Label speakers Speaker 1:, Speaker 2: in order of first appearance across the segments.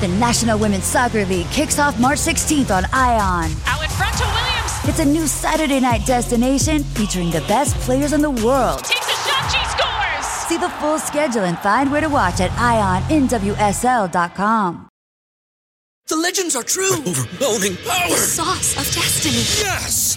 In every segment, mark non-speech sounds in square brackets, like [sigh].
Speaker 1: The National Women's Soccer League kicks off March 16th on ION.
Speaker 2: Out in front to Williams.
Speaker 1: It's a new Saturday night destination featuring the best players in the world.
Speaker 2: Takes a shot. She scores.
Speaker 1: See the full schedule and find where to watch at ionnwsl.com.
Speaker 3: The legends are true.
Speaker 4: Overwhelming power!
Speaker 3: Sauce of destiny.
Speaker 4: Yes!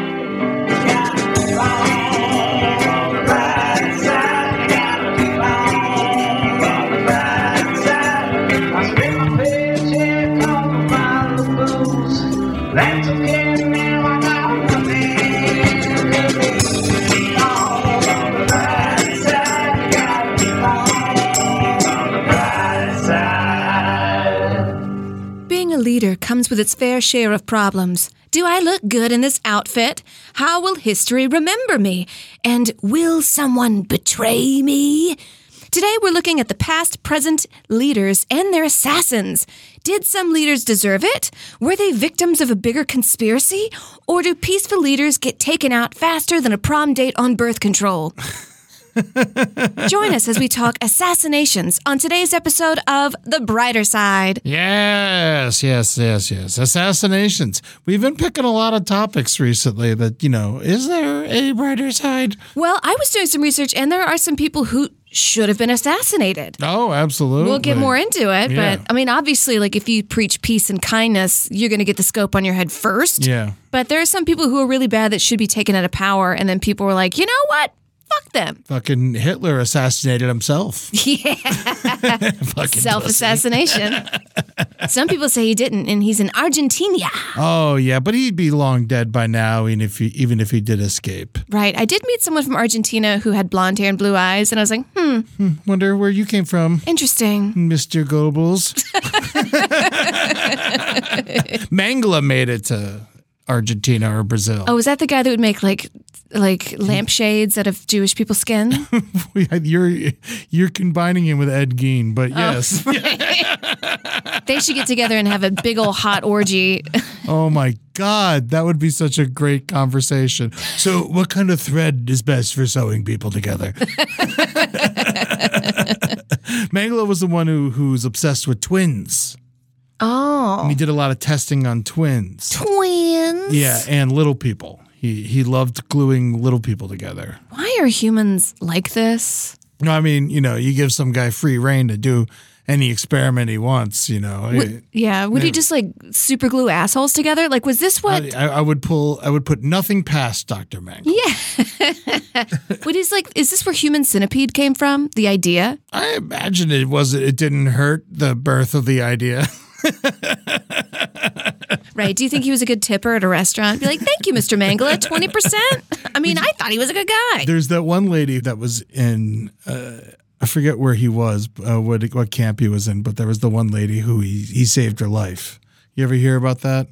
Speaker 5: That's okay, now I got
Speaker 6: Being a leader comes with its fair share of problems. Do I look good in this outfit? How will history remember me? And will someone betray me? Today we're looking at the past, present leaders and their assassins. Did some leaders deserve it? Were they victims of a bigger conspiracy? Or do peaceful leaders get taken out faster than a prom date on birth control? Join us as we talk assassinations on today's episode of The Brighter Side.
Speaker 7: Yes, yes, yes, yes. Assassinations. We've been picking a lot of topics recently that, you know, is there a brighter side?
Speaker 6: Well, I was doing some research, and there are some people who should have been assassinated.
Speaker 7: Oh, absolutely.
Speaker 6: We'll get more into it,
Speaker 7: Yeah.
Speaker 6: but I mean, obviously, like if you preach peace and kindness, you're going to get the scope on your head first.
Speaker 7: Yeah.
Speaker 6: But there are some people who are really bad that should be taken out of power, and then people were like, you know what? Fuck them.
Speaker 7: Fucking Hitler assassinated himself.
Speaker 6: [laughs] Yeah.
Speaker 7: Fucking
Speaker 6: Self assassination.
Speaker 7: [laughs]
Speaker 6: some people say he didn't, and he's in Argentina.
Speaker 7: Oh yeah, but he'd be long dead by now, even if he even if he did escape.
Speaker 6: Right. I did meet someone from Argentina who had blonde hair and blue eyes, and I was like, hmm,
Speaker 7: Wonder where you came from,
Speaker 6: interesting.
Speaker 7: Mister Goebbels. [laughs] Mangla made it to Argentina or Brazil. [laughs]
Speaker 6: Oh, is that the guy that would make like like lampshades out of Jewish people's skin?
Speaker 7: you're you're combining him with Ed Gein,
Speaker 6: Oh.
Speaker 7: but yes.
Speaker 6: they should get together and have a big old hot [laughs] orgy.
Speaker 7: Oh my God, that would be such a great conversation. So, what kind of thread is best for sewing people together? [laughs] Mangala was the one who who's obsessed with twins.
Speaker 6: Oh,
Speaker 7: He did a lot of testing on twins.
Speaker 6: twins.
Speaker 7: Yeah, and little people. He he loved gluing little people together.
Speaker 6: Why are humans like this?
Speaker 7: No, I mean, you know, you give some guy free reign to do any experiment he wants. You know, I-
Speaker 6: Yeah, would you just like super glue assholes together? Like, was this what?
Speaker 7: I, I would pull. I would put nothing past Doctor Mangala.
Speaker 6: what is like? Is this where human centipede came from? The idea?
Speaker 7: I imagine it was it didn't hurt the birth of the idea.
Speaker 6: Right? Do you think he was a good tipper at a restaurant? Be like, thank you, Mr. Mangala, twenty percent. I mean, I thought he was a good guy.
Speaker 7: There's that one lady that was in uh, I forget where he was, uh, what what camp he was in, but there was the one lady who he he saved her life. You ever hear about that?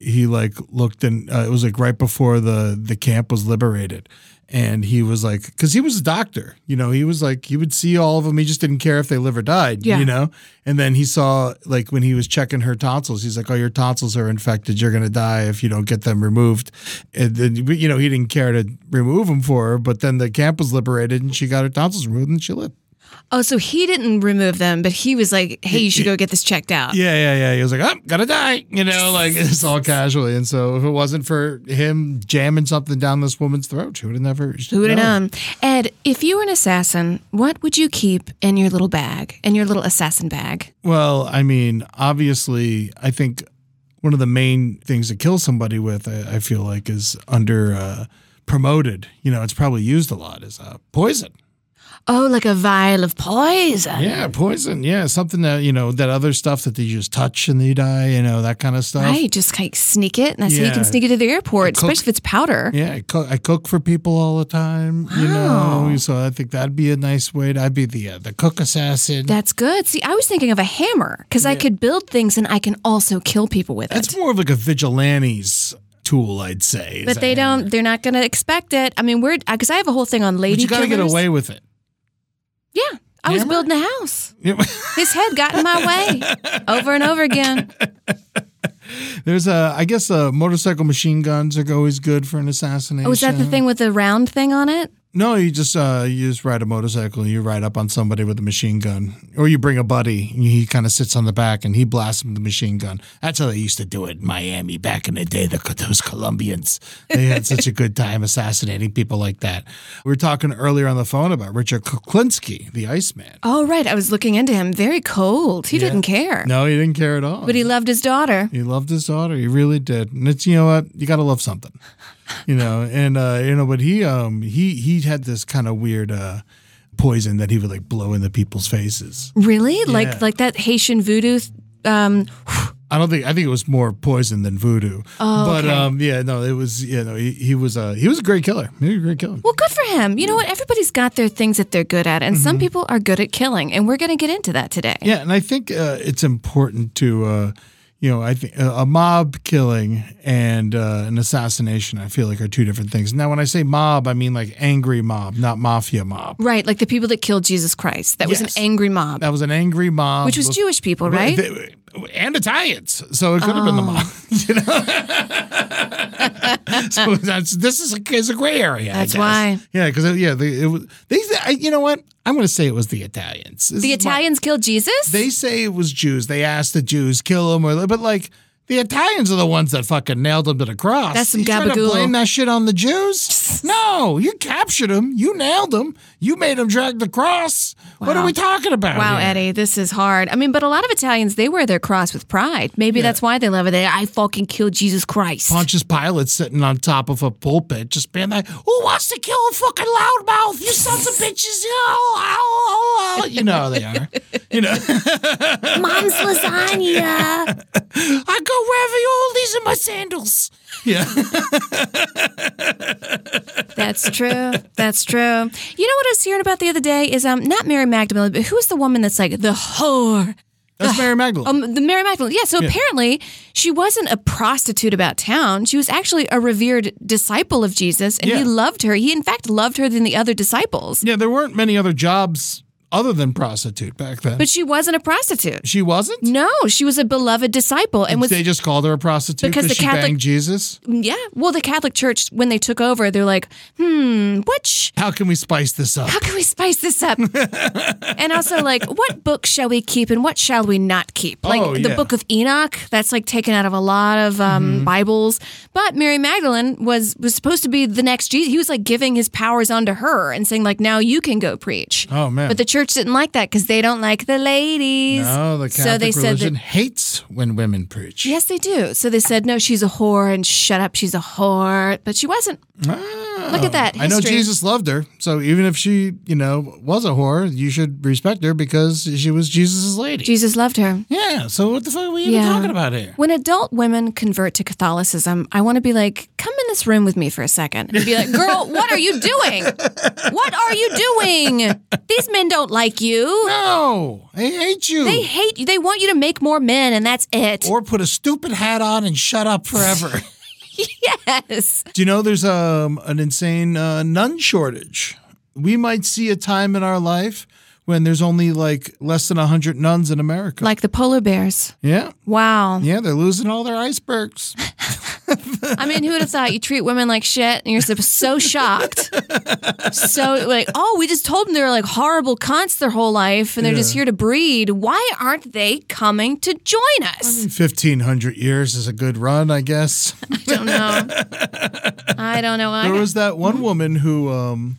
Speaker 7: He like looked and uh, it was like right before the the camp was liberated. And he was like, because he was a doctor, you know, he was like, he would see all of them. He just didn't care if they live or died,
Speaker 6: Yeah.
Speaker 7: you know? And then he saw, like, when he was checking her tonsils, he's like, oh, your tonsils are infected. You're going to die if you don't get them removed. And then, you know, he didn't care to remove them for her. But then the camp was liberated and she got her tonsils removed and she lived.
Speaker 6: Oh, so he didn't remove them, but he was like, hey, you should go get this checked out.
Speaker 7: Yeah, yeah, yeah. He was like, I'm gonna die, you know, like it's all casually. And so if it wasn't for him jamming something down this woman's throat, she would have never.
Speaker 6: Who would have known? Ed, if you were an assassin, what would you keep in your little bag, in your little assassin bag?
Speaker 7: Well, I mean, obviously, I think one of the main things to kill somebody with, I, I feel like, is under uh, promoted. You know, it's probably used a lot is uh, poison.
Speaker 6: Oh, like a vial of poison.
Speaker 7: Yeah, poison. Yeah, something that you know that other stuff that they just touch and they die. You know that kind of stuff.
Speaker 6: Right, just like sneak it, and that's how you
Speaker 7: Yeah. Mm-hmm.
Speaker 6: can sneak it to the airport,
Speaker 7: cook-
Speaker 6: especially if it's powder.
Speaker 7: Yeah, I cook, I cook for people all the time. You know, so I think that'd be a nice way. To, I'd be the uh, the cook assassin.
Speaker 6: That's good. See, I was thinking of a hammer because I could build things and I can also kill people with
Speaker 7: That's
Speaker 6: it.
Speaker 7: more of like a vigilante's tool, I'd say. is
Speaker 6: But
Speaker 7: a
Speaker 6: they
Speaker 7: hammer.
Speaker 6: don't. They're not going to expect it. I mean, we're because I have a whole thing on
Speaker 7: But
Speaker 6: lady
Speaker 7: you got to get
Speaker 6: killers.
Speaker 7: away with it.
Speaker 6: Yeah, I was
Speaker 7: Hammer?
Speaker 6: building a house.
Speaker 7: You know,
Speaker 6: His head got in my
Speaker 7: [laughs]
Speaker 6: way over and over again.
Speaker 7: There's a, I guess, uh motorcycle machine guns are always good for an assassination.
Speaker 6: Oh, is that the thing with the round thing on it?
Speaker 7: No, you just uh, you just ride a motorcycle. You ride up on somebody with a machine gun, or you bring a buddy. And he kind of sits on the back and he blasts him with the machine gun. That's how they used to do it in Miami back in the day. The, those Colombians, they had such a good time assassinating people like that. We were talking earlier on the phone about Richard Kuklinski, the Iceman.
Speaker 6: Oh, right. I was looking into him. Very cold. He didn't care.
Speaker 7: No, he didn't care at all.
Speaker 6: But he loved his daughter.
Speaker 7: He loved his daughter. He really did. And it's you know what you got to love something,
Speaker 6: [laughs]
Speaker 7: you know. And uh, you know, but he um he he had this kind of weird uh poison that he would like blow into people's faces.
Speaker 6: Really?
Speaker 7: Yeah.
Speaker 6: Like like that Haitian voodoo th- um
Speaker 7: I don't think I think it was more poison than voodoo.
Speaker 6: Oh,
Speaker 7: but
Speaker 6: okay.
Speaker 7: um yeah no it was you know he, he was a he was a great killer. He was a great killer.
Speaker 6: Well, good for him. You know what? Everybody's got their things that they're good at, and
Speaker 7: Mm-hmm.
Speaker 6: some people are good at killing, and we're going to get into that today.
Speaker 7: Yeah, and I think uh, it's important to, uh, you know, I think uh, a mob killing and uh, an assassination. I feel like are two different things. Now, when I say mob, I mean like angry mob, not mafia mob.
Speaker 6: Right, like the people that killed Jesus Christ. That was
Speaker 7: Yes.
Speaker 6: an angry mob,
Speaker 7: That was an angry mob,
Speaker 6: which was Jewish people, right? Oh.
Speaker 7: They- and Italians, so it could have been the mob. [laughs] You know, so that's this is a, is a gray area. I
Speaker 6: That's
Speaker 7: guess.
Speaker 6: why.
Speaker 7: yeah, because yeah, they, it was, they, I, you know what? I'm going to say it was the Italians. This
Speaker 6: the
Speaker 7: is my-
Speaker 6: Italians killed Jesus?
Speaker 7: they say it was Jews. They asked the Jews kill him, or but like the Italians are the ones that fucking nailed him to the cross.
Speaker 6: That's some
Speaker 7: You trying to
Speaker 6: gabagool.
Speaker 7: Blame that shit on the Jews?
Speaker 6: [laughs]
Speaker 7: No, you captured him. You nailed him. You made him drag the cross. What are
Speaker 6: Wow.
Speaker 7: we talking about?
Speaker 6: wow,
Speaker 7: here?
Speaker 6: Eddie, this is hard. I mean, but a lot of Italians, they wear their cross with pride. Maybe that's why they love it. They, I fucking killed Jesus Christ.
Speaker 7: Pontius Pilate sitting on top of a pulpit, just being like, "Who wants to kill a fucking loudmouth? You sons of bitches! Oh, oh, oh, oh." You know how they are. You know, [laughs]
Speaker 6: Mom's lasagna.
Speaker 7: I go ravioli's in my sandals. Yeah.
Speaker 6: That's true. That's true. You know what I was hearing about the other day is um not Mary Magdalene, but who's the woman that's like the whore? [sighs]
Speaker 7: That's Mary Magdalene.
Speaker 6: Um, the Mary Magdalene. Yeah. So apparently, she wasn't a prostitute about town. She was actually a revered disciple of Jesus, and
Speaker 7: Yeah.
Speaker 6: he loved her. He, in fact, loved her than the other disciples.
Speaker 7: Yeah, there weren't many other jobs other than prostitute back then.
Speaker 6: But she wasn't a prostitute.
Speaker 7: she wasn't.
Speaker 6: No, she was a beloved disciple, and was
Speaker 7: they just called her a prostitute
Speaker 6: Because
Speaker 7: because
Speaker 6: the
Speaker 7: she
Speaker 6: Catholic-
Speaker 7: banged Jesus.
Speaker 6: yeah. Well, the Catholic Church, when they took over, they're like, hmm, which.
Speaker 7: How can we spice this up?
Speaker 6: How can we spice this
Speaker 7: [laughs]
Speaker 6: up? and also, like, what book shall we keep and what shall we not keep? Like
Speaker 7: Oh,
Speaker 6: the
Speaker 7: yeah. Mm-hmm.
Speaker 6: Book of Enoch, that's like taken out of a lot of um, Bibles. But Mary Magdalene was was supposed to be the next Jesus. He was like giving his powers onto her and saying like, now you can go preach.
Speaker 7: Oh, man.
Speaker 6: But the church didn't like that because they don't like the ladies.
Speaker 7: no, the Catholic
Speaker 6: so they said
Speaker 7: religion
Speaker 6: that.
Speaker 7: hates when women preach.
Speaker 6: Yes, they do. So they said, no, she's a whore and shut up, she's a whore. But she wasn't. Look at that.
Speaker 7: Ah. I know
Speaker 6: history.
Speaker 7: Jesus loved her, so even if she, you know, was a whore, you should respect her because she was Jesus' lady.
Speaker 6: Jesus loved her.
Speaker 7: yeah. So what the fuck are we even
Speaker 6: Yeah.
Speaker 7: talking about here?
Speaker 6: When adult women convert to Catholicism, I want to be like, come in this room with me for a second and be like, girl, what are you doing? What are you doing? These men don't like you.
Speaker 7: No, I hate you.
Speaker 6: They hate you. They want you to make more men, and that's it.
Speaker 7: or put a stupid hat on and shut up forever.
Speaker 6: [laughs]
Speaker 7: [laughs]
Speaker 6: Yes.
Speaker 7: Do you know there's um, an insane uh, nun shortage? We might see a time in our life when there's only like less than 100 nuns in America.
Speaker 6: Like the polar bears.
Speaker 7: yeah.
Speaker 6: Wow.
Speaker 7: Yeah, they're losing all their icebergs. [laughs]
Speaker 6: I mean, who would have thought you treat women like shit and you're so- so shocked? So, like, oh, we just told them they're like horrible cons their whole life and they're just here to breed. Why aren't they coming to join us?
Speaker 7: 1500 years is a good run, I guess.
Speaker 6: don't know. I don't know. I
Speaker 7: There was that one
Speaker 6: Mm-hmm.
Speaker 7: woman who um,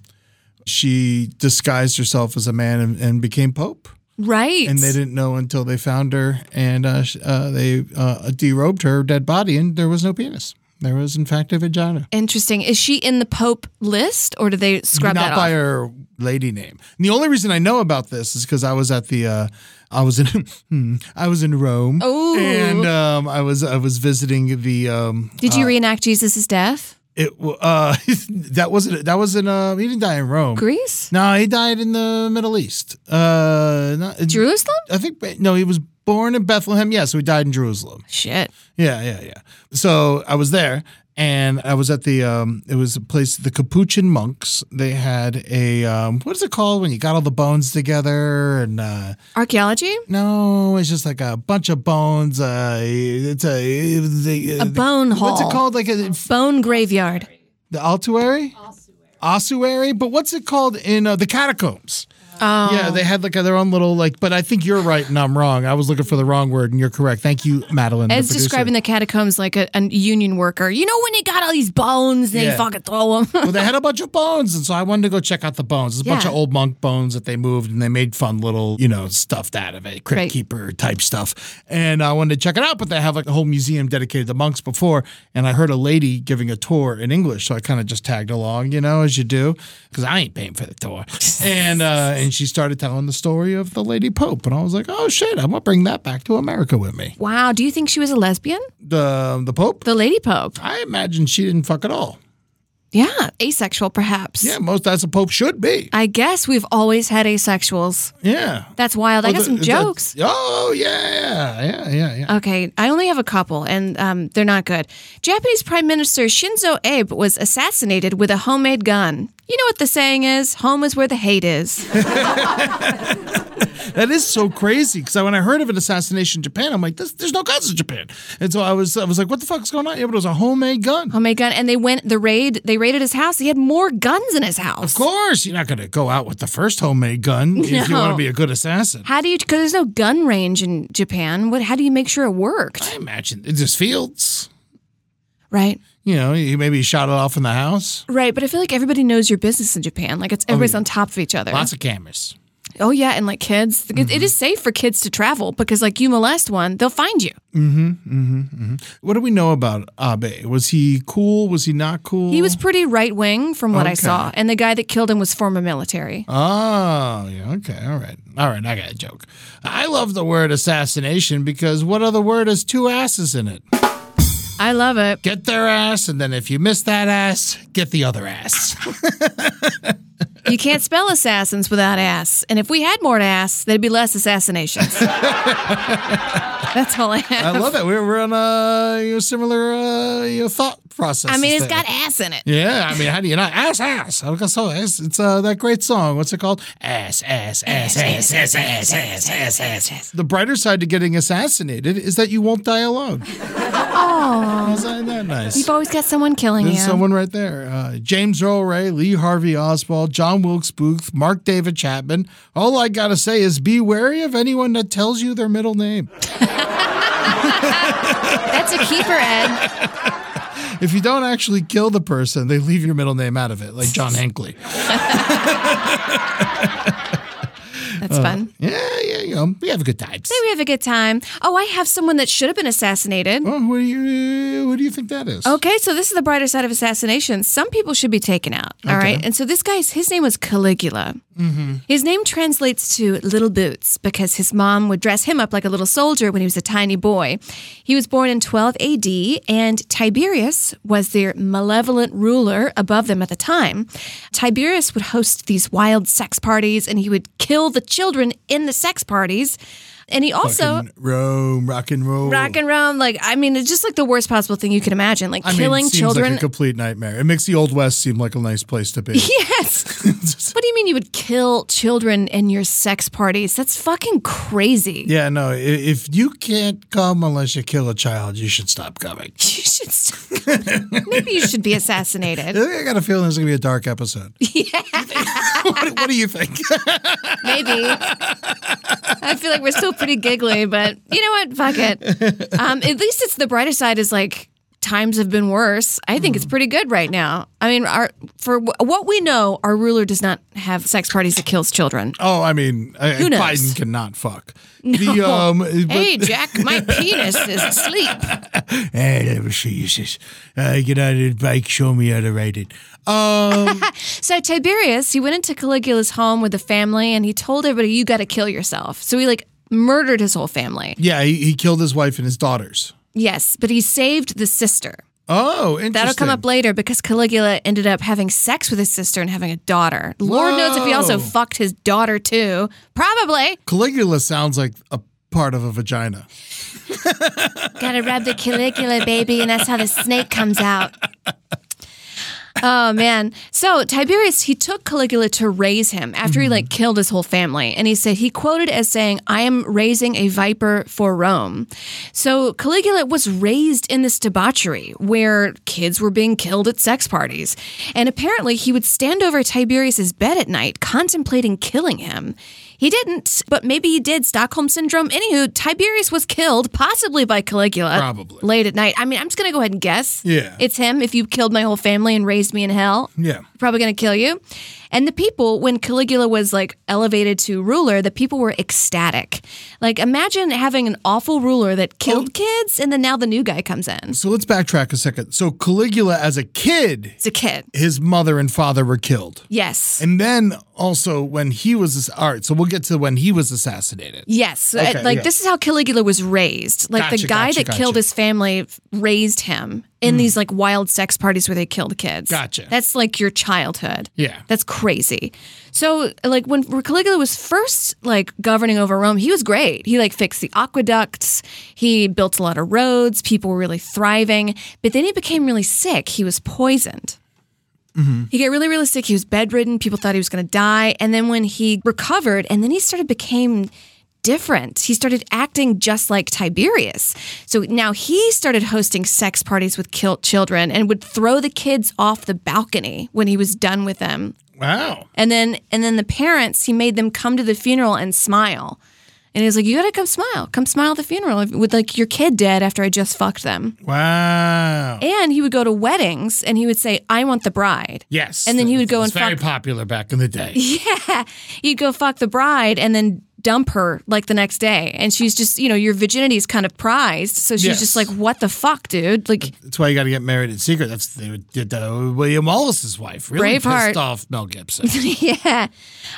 Speaker 7: she disguised herself as a man and, and became pope.
Speaker 6: right.
Speaker 7: And they didn't know until they found her and uh, sh- uh, they uh, derobed her dead body, and there was no penis. There was, in fact, a vagina.
Speaker 6: Interesting. Is she in the Pope list, or do they scrub
Speaker 7: not
Speaker 6: that
Speaker 7: by
Speaker 6: off?
Speaker 7: her lady name. And the only reason I know about this is because I was at the, uh, I was in, [laughs] hmm, I was in Rome.
Speaker 6: Ooh.
Speaker 7: and um, I was I was visiting the. Um,
Speaker 6: Did you reenact Jesus' death?
Speaker 7: it w- uh, [laughs] that wasn't that wasn't uh, he didn't die in Rome.
Speaker 6: Greece,
Speaker 7: No, he died in the Middle East. Uh, not,
Speaker 6: Jerusalem?
Speaker 7: I think no, he was born in Bethlehem. Yeah, so he died in Jerusalem.
Speaker 6: Shit.
Speaker 7: Yeah, yeah, yeah. So I was there and I was at the um it was a place the Capuchin monks. They had a um what is it called when you got all the bones together and uh
Speaker 6: Archaeology?
Speaker 7: no, it's just like a bunch of bones. Uh it's a they,
Speaker 6: A bone
Speaker 7: What's it
Speaker 6: hall.
Speaker 7: called? Like a
Speaker 6: Bone graveyard.
Speaker 7: the altuary? Ossuary, but what's it called in uh, the catacombs? Oh. Yeah, they had like their own little like. But I think you're right and I'm wrong. I was looking for the wrong word, and you're correct. Thank you, Madeline.
Speaker 6: Ed's describing the catacombs like a, a union worker. You know when they got all these bones, they
Speaker 7: Yeah.
Speaker 6: fucking throw them.
Speaker 7: well, they had a bunch of bones, and so I wanted to go check out the bones. There's a bunch
Speaker 6: Yeah.
Speaker 7: of old monk bones that they moved, and they made fun little, you know, stuffed out of it, crypt
Speaker 6: Right.
Speaker 7: keeper type stuff. And I wanted to check it out, but they have like a whole museum dedicated to monks before. And I heard a lady giving a tour in English, so I kind of just tagged along, you know, as you do, because I ain't paying for
Speaker 6: [laughs]
Speaker 7: the tour. and uh, and she started telling the story of the lady pope, and I was like, oh shit, I'm gonna bring that back to America with me.
Speaker 6: [laughs] wow. Do you think she was a lesbian?
Speaker 7: The um, the pope.
Speaker 6: The lady pope.
Speaker 7: I imagine she didn't fuck at all.
Speaker 6: Yeah. Asexual, perhaps.
Speaker 7: Yeah, most as a pope should be.
Speaker 6: I guess we've always had asexuals.
Speaker 7: Yeah.
Speaker 6: That's wild. I
Speaker 7: Oh,
Speaker 6: got
Speaker 7: the-
Speaker 6: some
Speaker 7: the-
Speaker 6: jokes.
Speaker 7: oh yeah, yeah, yeah, yeah.
Speaker 6: Okay, I only have a couple, and um, they're not good. Japanese Prime Minister Shinzo Abe was assassinated with a homemade gun. You know what the saying is: "Home is where the hate is."
Speaker 7: that is so crazy because when I heard of an assassination in Japan, I'm like, this, there's no guns in Japan, and so I was, I was like, what the fuck's going on? Yeah, but it was a homemade gun.
Speaker 6: homemade gun, and they went the raid. They raided his house. He had more guns in his house.
Speaker 7: Of course, you're not going to go out with the first homemade
Speaker 6: [laughs]
Speaker 7: gun if you
Speaker 6: No.
Speaker 7: want to be a good assassin.
Speaker 6: How do you? Because there's no gun range in Japan. What? How do you make sure it worked?
Speaker 7: I imagine it's just fields.
Speaker 6: Right.
Speaker 7: You know, you maybe shot it off in the house.
Speaker 6: Right, but I feel like everybody knows your business in Japan. Like it's everybody's on top of each other.
Speaker 7: Oh, Lots Mm-hmm. of cameras.
Speaker 6: oh yeah, and like kids, It- it is safe for kids to travel because like you molest one, they'll find you.
Speaker 7: What do we know about Abe? Was he cool? Was he not cool?
Speaker 6: He was pretty right wing from what I
Speaker 7: Mm. Okay.
Speaker 6: saw, and the guy that killed him was former military.
Speaker 7: Oh, yeah. Okay. All right. All right. I got a joke. I love the word assassination because what other word has two asses in it?
Speaker 6: I love it.
Speaker 7: Get their ass, and then if you miss that ass, get the other [laughs] ass.
Speaker 6: You can't spell assassins without ass, and if we had more ass, there'd be less
Speaker 7: [laughs]
Speaker 6: assassinations. That's all I
Speaker 7: I
Speaker 6: have.
Speaker 7: love it. We're, we're on a you know, similar uh, you know, thought process.
Speaker 6: I mean,
Speaker 7: it's
Speaker 6: it's got ass in it.
Speaker 7: Yeah, I mean, how do you not ass ass? I guess so. It's, it's uh, that great song. What's it called? Ass ass ass ass ass ass ass ass ass ass. The brighter side to getting assassinated is that you won't die alone. Oh, isn't that nice?
Speaker 6: You've always got someone killing you.
Speaker 7: There's someone right there. Uh, James Earl Ray, Lee Harvey Oswald, John Wilkes Booth, Mark David Chapman. All I gotta say is be wary of anyone that tells you their middle name.
Speaker 6: That's a keeper, Ed.
Speaker 7: If you don't actually kill the person, they leave your middle name out of it, like John Hinckley.
Speaker 6: That's
Speaker 7: Uh.
Speaker 6: fun.
Speaker 7: Yeah, yeah, you know, we have a good time.
Speaker 6: We have a good time. Oh, I have someone that should have been assassinated.
Speaker 7: Oh, who do you who do you think that is?
Speaker 6: Okay, so this is the brighter side of assassination. Some people should be taken out. all right. And so this guy's his name was Caligula.
Speaker 7: Mm-hmm.
Speaker 6: His name translates to little boots because his mom would dress him up like a little soldier when he was a tiny boy. He was born in 12 AD, and Tiberius was their malevolent ruler above them at the time. Tiberius would host these wild sex parties, and he would kill the children in the sex parties. And he also
Speaker 7: Fucking oh. Rome, rock and roll.
Speaker 6: rock and roll. Like, I mean, it's just like the worst possible thing you can imagine. Like
Speaker 7: I mean,
Speaker 6: killing
Speaker 7: it seems
Speaker 6: children.
Speaker 7: like a complete nightmare. It makes the old west seem like a nice place
Speaker 6: [laughs]
Speaker 7: to be.
Speaker 6: yes. what do you mean you would kill children in your sex parties? That's fucking crazy.
Speaker 7: yeah, no. i- If you can't come unless you kill a child, you should
Speaker 6: [laughs]
Speaker 7: stop coming.
Speaker 6: [laughs] You should. Stop. Maybe you should be assassinated.
Speaker 7: I got a feeling there's gonna be a
Speaker 6: [laughs]
Speaker 7: dark episode. Yeah. what, what do you think? [laughs]
Speaker 6: Maybe. I feel like we're still pretty giggly, but you know what? Fuck it. Um, at least it's the brighter side is like. times have been worse. I think it's pretty good right now. I mean, our for wh- what we know, our ruler does not have sex parties that kills children.
Speaker 7: Oh, I mean, I,
Speaker 6: Who knows?
Speaker 7: Biden cannot fuck. The,
Speaker 6: [laughs]
Speaker 7: um, but-
Speaker 6: Hey, Jack, my penis is asleep.
Speaker 7: Hey, let me see you, sis. Uh, get out of the bike. Show me how to ride it. Um,
Speaker 6: [laughs] So Tiberius, he went into Caligula's home with the family, and he told everybody, "You got to kill yourself." So he like murdered his whole family.
Speaker 7: yeah, he, he killed his wife and his daughters.
Speaker 6: Yes, but he saved the sister.
Speaker 7: Oh, interesting.
Speaker 6: That'll come up later because Caligula ended up having sex with his sister and having a daughter. Lord knows if he also
Speaker 7: Whoa.
Speaker 6: fucked his daughter too. Probably.
Speaker 7: Caligula sounds like a part of a vagina.
Speaker 6: Gotta rub the Caligula, baby, and that's how the snake comes out. Oh man. So Tiberius, he took Caligula to raise him after he like killed his whole family. And he said he quoted as saying, I am raising a viper for Rome. So Caligula was raised in this debauchery where kids were being killed at sex parties. And apparently he would stand over Tiberius's bed at night contemplating killing him. He didn't, but maybe he did. Stockholm syndrome. Anywho, Tiberius was killed, possibly by Caligula.
Speaker 7: Probably.
Speaker 6: Late at night. I mean, I'm just going to go ahead and guess.
Speaker 7: Yeah.
Speaker 6: It's him. If you killed my whole family and raised me in hell,
Speaker 7: Yeah.
Speaker 6: probably going to kill you. And the people, when Caligula was like elevated to ruler, the people were ecstatic. Like, imagine having an awful ruler that killed kids, and then now the new guy comes in.
Speaker 7: So let's backtrack a second. So Caligula, as a kid,
Speaker 6: It's a kid.
Speaker 7: his mother and father were killed.
Speaker 6: Yes.
Speaker 7: And then also when he was ass- all right, so we'll get to when he was assassinated.
Speaker 6: Yes, Uh,
Speaker 7: Okay,
Speaker 6: like
Speaker 7: yeah.
Speaker 6: this is how Caligula was raised. Like
Speaker 7: Gotcha,
Speaker 6: the guy
Speaker 7: gotcha,
Speaker 6: that killed
Speaker 7: gotcha. Hmm.
Speaker 6: his family f- raised him in these like wild sex parties where they killed kids.
Speaker 7: Gotcha.
Speaker 6: That's like your childhood.
Speaker 7: Yeah.
Speaker 6: That's crazy. So like when Caligula was first like governing over Rome, he was great. He like fixed the aqueducts. He built a lot of roads. People were really thriving. But then he became really sick. He was poisoned. He got really, really sick. He was bedridden. People thought he was going to die. And then when he recovered, and then he started became different. He started acting just like Tiberius. So now he started hosting sex parties with killed children and would throw the kids off the balcony when he was done with them.
Speaker 7: Wow.
Speaker 6: And then, and then the parents, he made them come to the funeral and smile. And he was like, "You got to come smile. Come smile at the funeral with like your kid dead after I just fucked them."
Speaker 7: Wow.
Speaker 6: And he would go to weddings and he would say, "I want the bride."
Speaker 7: yes.
Speaker 6: And then he would go
Speaker 7: It was
Speaker 6: and
Speaker 7: very
Speaker 6: fuck-
Speaker 7: popular back in
Speaker 6: [laughs]
Speaker 7: the day.
Speaker 6: you'd go fuck the bride and then dump her like the next day and she's just you know your virginity is kind of prized so she's
Speaker 7: Yes.
Speaker 6: just like what the fuck dude like
Speaker 7: That's why you got to get married in secret. That's they did that with William Wallace's wife. Really
Speaker 6: Braveheart.
Speaker 7: pissed off
Speaker 6: [laughs]
Speaker 7: Mel Gibson.
Speaker 6: yeah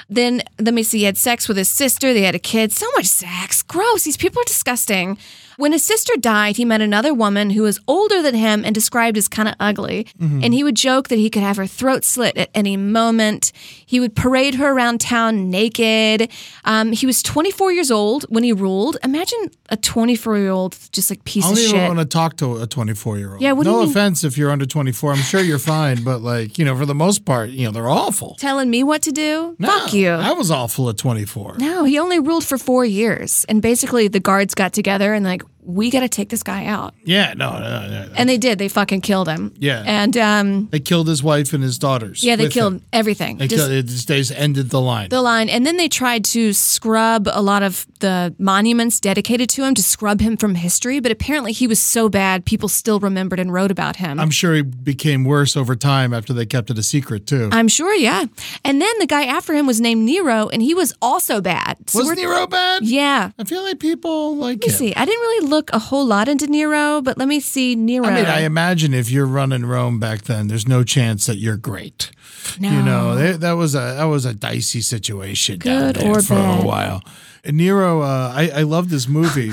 Speaker 6: then let me see he had sex with his sister they had a kid so much sex gross these people are disgusting when his sister died he met another woman who was older than him and described as kind of ugly
Speaker 7: Mm-hmm.
Speaker 6: and he would joke that he could have her throat slit at any moment he would parade her around town naked um, he was 24 years old when he ruled imagine a 24 year old just like piece
Speaker 7: I
Speaker 6: of
Speaker 7: don't even
Speaker 6: shit
Speaker 7: want to talk to a 24 year old.
Speaker 6: Yeah, what do
Speaker 7: no
Speaker 6: you mean?
Speaker 7: offense if you're under 24. I'm sure you're fine, but like, you know, for the most part, you know, they're awful.
Speaker 6: telling me what to do
Speaker 7: No,
Speaker 6: fuck you
Speaker 7: I was awful at 24.
Speaker 6: No, he only ruled for four years. And basically, the guards got together and, like, we got to take this guy out.
Speaker 7: Yeah, no, no, no, no.
Speaker 6: And they did. They fucking killed him.
Speaker 7: Yeah.
Speaker 6: And, um,
Speaker 7: They killed his wife and his daughters.
Speaker 6: yeah, they
Speaker 7: with
Speaker 6: killed
Speaker 7: him.
Speaker 6: everything.
Speaker 7: They
Speaker 6: Just
Speaker 7: killed, it just, they just ended the line.
Speaker 6: the line. And then they tried to scrub a lot of the monuments dedicated to him to scrub him from history. But apparently, he was so bad, people still remembered and wrote about him.
Speaker 7: I'm sure he became worse over time after they kept it a secret, too.
Speaker 6: I'm sure, yeah. And then the guy after him was named Nero, and he was also bad. So
Speaker 7: was
Speaker 6: we're-
Speaker 7: Nero bad?
Speaker 6: Yeah.
Speaker 7: I feel like people like
Speaker 6: Let me
Speaker 7: him.
Speaker 6: see. I didn't really look a whole lot into Nero, but let me see Nero.
Speaker 7: I mean, I imagine if you're running Rome back then, there's no chance that you're great. You know, they, that was a that was a dicey situation down
Speaker 6: Good
Speaker 7: there
Speaker 6: or
Speaker 7: for
Speaker 6: bad?
Speaker 7: a while. And Nero, uh, I, I love this movie,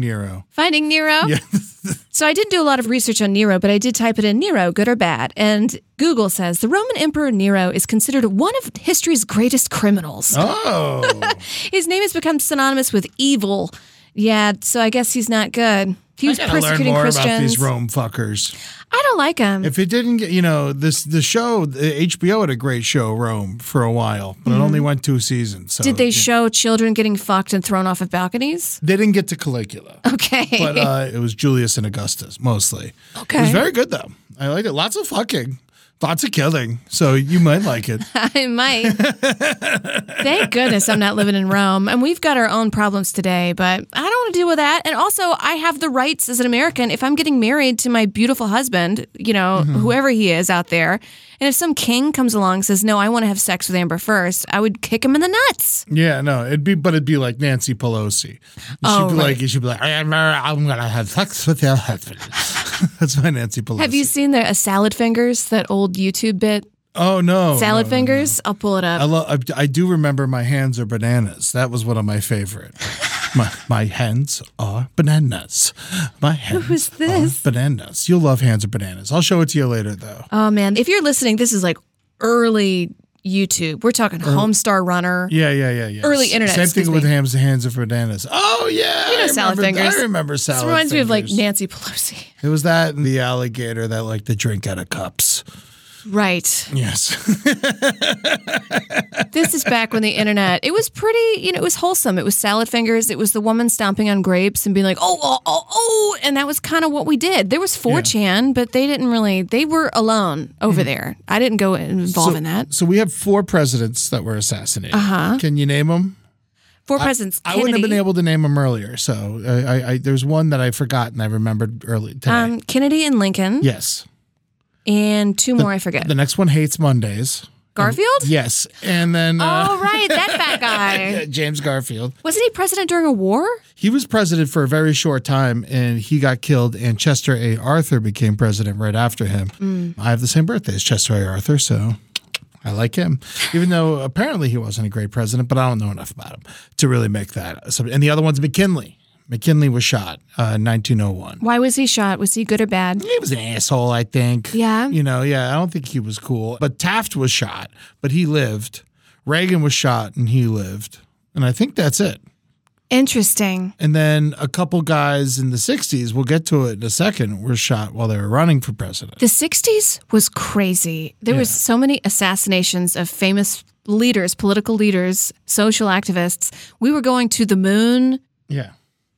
Speaker 6: [laughs]
Speaker 7: Nero.
Speaker 6: Finding Nero.
Speaker 7: [laughs]
Speaker 6: so I didn't do a lot of research on Nero, but I did type it in Nero, good or bad. And Google says the Roman Emperor Nero is considered one of history's greatest criminals.
Speaker 7: Oh,
Speaker 6: His name has become synonymous with evil. Yeah, so I guess he's not good. He
Speaker 7: I
Speaker 6: was
Speaker 7: gotta learn
Speaker 6: persecuting
Speaker 7: more about
Speaker 6: Christians.
Speaker 7: these Rome fuckers.
Speaker 6: I don't like him.
Speaker 7: If it didn't get, you know, this the show, the HBO had a great show, Rome, for a while, but it only went two seasons. So
Speaker 6: Mm-hmm. did they show children getting fucked and thrown off of balconies?
Speaker 7: They didn't get to Caligula,
Speaker 6: Okay.
Speaker 7: but uh, it was Julius and Augustus mostly. It
Speaker 6: okay.
Speaker 7: was very good though. I liked it. Lots of fucking. Lots of killing, so you might
Speaker 6: [laughs]
Speaker 7: like it.
Speaker 6: I might. Thank goodness I'm not living in Rome. And we've got our own problems today, but I don't want to deal with that. And also, I have the rights as an American if I'm getting married to my beautiful husband, you know,
Speaker 7: Mm-hmm.
Speaker 6: whoever he is out there. And if some king comes along and says, no, I want to have sex with Amber first, I would kick him in the nuts.
Speaker 7: yeah, no, it'd be, but it'd be like Nancy Pelosi. She'd
Speaker 6: Oh,
Speaker 7: be
Speaker 6: right.
Speaker 7: like, she'd be like, I'm, I'm gonna have sex with your husband. [laughs] That's my Nancy Pelosi.
Speaker 6: Have you seen the uh, salad fingers, that old YouTube bit?
Speaker 7: Oh no,
Speaker 6: Salad
Speaker 7: no, Oh. no, no.
Speaker 6: fingers? I'll pull it up.
Speaker 7: I love. I, I do remember my hands are bananas. That was one of my favorite. my my hands are bananas. My hands
Speaker 6: is this?
Speaker 7: are bananas. You'll love hands are bananas. I'll show it to you later though.
Speaker 6: oh, man. If you're listening, this is like early YouTube. We're talking Homestar Runner.
Speaker 7: yeah, yeah, yeah, yeah.
Speaker 6: Early internet,
Speaker 7: Same
Speaker 6: excuse
Speaker 7: thing with
Speaker 6: me.
Speaker 7: hands hands are bananas. Oh yeah,
Speaker 6: You know
Speaker 7: I
Speaker 6: salad
Speaker 7: remember-
Speaker 6: fingers.
Speaker 7: I remember salad.
Speaker 6: This reminds me of like
Speaker 7: fingers.
Speaker 6: Nancy Pelosi.
Speaker 7: It was that and the alligator that liked to drink out of cups.
Speaker 6: Right.
Speaker 7: [laughs] Yes.
Speaker 6: This is back when the internet, it was pretty, you know, it was wholesome. It was salad fingers. It was the woman stomping on grapes and being like, oh, oh, oh, oh. And that was kind of what we did. There was 4chan, but they didn't really, they were alone over there. I didn't go involved in that.
Speaker 7: Mm-hmm. so we have four presidents that were assassinated. Uh-huh. Can you name them?
Speaker 6: Four presidents.
Speaker 7: I wouldn't have
Speaker 6: Kennedy.
Speaker 7: been able to name them earlier. So uh, I, I there's one that I forgot and I remembered early today.
Speaker 6: Um, Kennedy and Lincoln.
Speaker 7: yes.
Speaker 6: And two more, I forget.
Speaker 7: The next one hates Mondays.
Speaker 6: Garfield?
Speaker 7: Yes, and then uh,
Speaker 6: Oh, right. That fat
Speaker 7: [laughs]
Speaker 6: guy.
Speaker 7: James Garfield.
Speaker 6: Wasn't he president during a war?
Speaker 7: He was president for a very short time, and he got killed. And Chester A. Arthur became president right after him.
Speaker 6: Hmm.
Speaker 7: I have the same birthday as Chester A. Arthur, so. I like him, even though apparently he wasn't a great president, but I don't know enough about him to really make that. So, and the other one's McKinley. McKinley was shot uh, in 1901.
Speaker 6: Why was he shot? Was he good or bad?
Speaker 7: he was an asshole, I think.
Speaker 6: Yeah.
Speaker 7: You know, yeah, I don't think he was cool. But Taft was shot, but he lived. Reagan was shot and he lived. And I think that's it.
Speaker 6: Interesting.
Speaker 7: And then a couple guys in the 60s, we'll get to it in a second, were shot while they were running for president.
Speaker 6: The 60s was crazy. There was so many assassinations of famous leaders, political leaders, social activists. We were going to the moon.
Speaker 7: Yeah.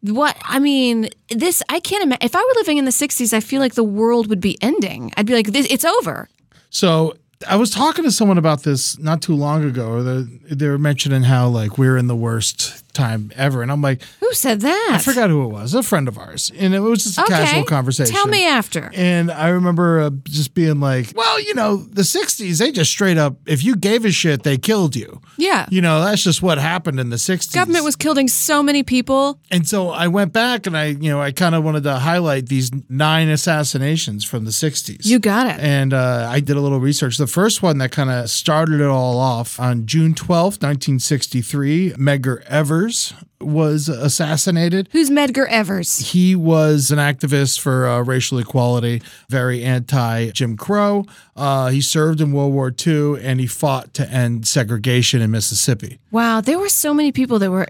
Speaker 6: What I mean, this I can't imagine. If I were living in the 60s, I feel like the world would be ending. I'd be like this it's over.
Speaker 7: So I was talking to someone about this not too long ago. Or they they were mentioning how, like, we're in the worst time ever. And I'm like,
Speaker 6: Who said that?
Speaker 7: I forgot who it was, a friend of ours. And it was just a
Speaker 6: Okay.
Speaker 7: casual conversation.
Speaker 6: Tell me after.
Speaker 7: And I remember uh, just being like, well, you know, the 60s, they just straight up, if you gave a shit, they killed you.
Speaker 6: Yeah.
Speaker 7: You know, that's just what happened in the 60s.
Speaker 6: Government was killing so many people.
Speaker 7: And so I went back and I, you know, I kind of wanted to highlight these nine assassinations from the 60s.
Speaker 6: You got it.
Speaker 7: And uh, I did a little research. The first one that kind of started it all off on June 12th, 1963, Medgar Evers was assassinated
Speaker 6: Who's Medgar Evers?
Speaker 7: he was an activist for uh, racial equality, very anti Jim Crow. Uh, he served in World War II and he fought to end segregation in Mississippi.
Speaker 6: Wow, there were so many people that were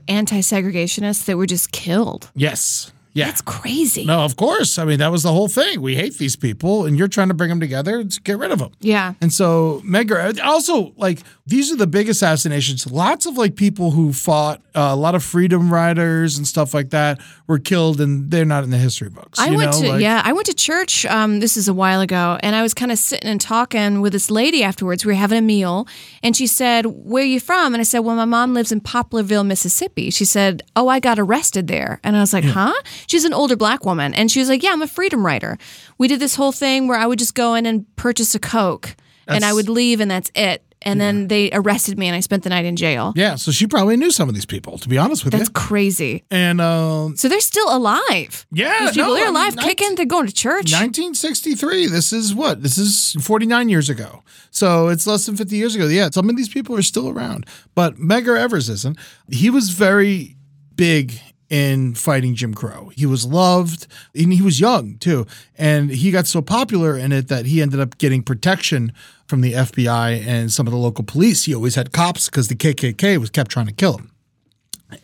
Speaker 6: anti-segregationists that were just killed.
Speaker 7: Yes. Yeah.
Speaker 6: That's crazy.
Speaker 7: no, of course. I mean, that was the whole thing. We hate these people, and you're trying to bring them together to get rid of them.
Speaker 6: Yeah.
Speaker 7: And so Medgar also like these are the big assassinations. Lots of like people who fought uh, a lot of freedom riders and stuff like that were killed, and they're not in the history books.
Speaker 6: I
Speaker 7: you
Speaker 6: went
Speaker 7: know,
Speaker 6: to
Speaker 7: like-
Speaker 6: yeah, I went to church. Um, this is a while ago, and I was kind of sitting and talking with this lady afterwards. We were having a meal, and she said, "Where you from?" And I said, "Well, my mom lives in Poplarville, Mississippi." She said, "Oh, I got arrested there," and I was like, "Huh?" She's an older black woman, and she was like, "Yeah, I'm a freedom writer." We did this whole thing where I would just go in and purchase a coke, and I
Speaker 7: That's-
Speaker 6: would leave, and that's it. And then they arrested me, and I spent the night in jail.
Speaker 7: Yeah, so she probably knew some of these people, to be honest with
Speaker 6: That's
Speaker 7: you.
Speaker 6: crazy.
Speaker 7: and um,
Speaker 6: So they're still alive.
Speaker 7: yeah,
Speaker 6: These people,
Speaker 7: no,
Speaker 6: they're
Speaker 7: I mean,
Speaker 6: alive,
Speaker 7: nineteen-
Speaker 6: kicking. They're going to church.
Speaker 7: 1963. This is what? This is 49 years ago. So it's less than 50 years ago. Yeah, some of these people are still around, but Megar Evers isn't. He was very big in fighting Jim Crow. He was loved and he was young too. And he got so popular in it that he ended up getting protection from the FBI and some of the local police. He always had cops because the KKK was kept trying to kill him.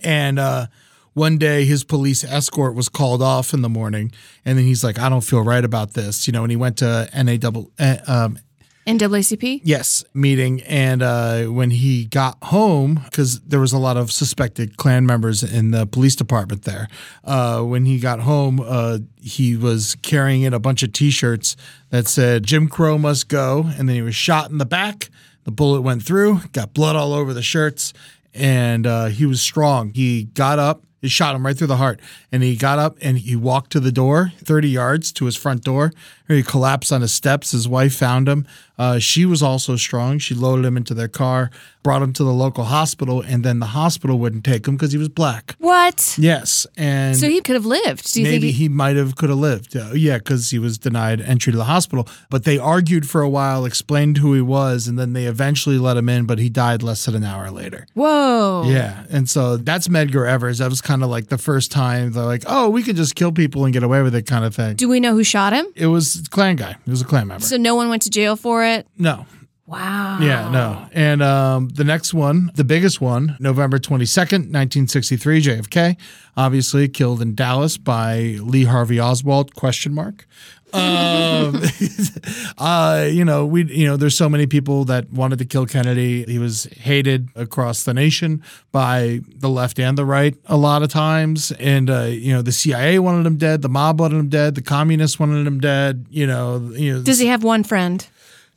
Speaker 7: And uh, one day his police escort was called off in the morning. And then he's like, I don't feel right about this. You know, and he went to NAA, uh, um,
Speaker 6: NAACP?
Speaker 7: Yes, meeting. And uh, when he got home, because there was a lot of suspected Klan members in the police department there, uh, when he got home, uh, he was carrying in a bunch of t shirts that said, Jim Crow must go. And then he was shot in the back. The bullet went through, got blood all over the shirts, and uh, he was strong. He got up. It shot him right through the heart. And he got up and he walked to the door, 30 yards to his front door. He collapsed on his steps. His wife found him. Uh, she was also strong. She loaded him into their car, brought him to the local hospital, and then the hospital wouldn't take him because he was black.
Speaker 6: What?
Speaker 7: Yes. And
Speaker 6: So he could have lived. Do you
Speaker 7: maybe
Speaker 6: think he,
Speaker 7: he might have could have lived. Uh, yeah, because he was denied entry to the hospital. But they argued for a while, explained who he was, and then they eventually let him in, but he died less than an hour later.
Speaker 6: Whoa.
Speaker 7: Yeah. And so that's Medgar Evers. That was kind of like the first time they're like, oh, we could just kill people and get away with it kind of thing.
Speaker 6: Do we know who shot him?
Speaker 7: It was a Klan guy. It was a Klan member.
Speaker 6: So no one went to jail for it?
Speaker 7: no.
Speaker 6: Wow.
Speaker 7: Yeah, no. And um, the next one, the biggest one, November 22nd, 1963, JFK, obviously killed in Dallas by Lee Harvey Oswald, question mark. um, [laughs] uh, you know, we, you know, there's so many people that wanted to kill Kennedy. He was hated across the nation by the left and the right a lot of times. And, uh, you know, the CIA wanted him dead. The mob wanted him dead. The communists wanted him dead. You know, you know,
Speaker 6: Does he have one friend?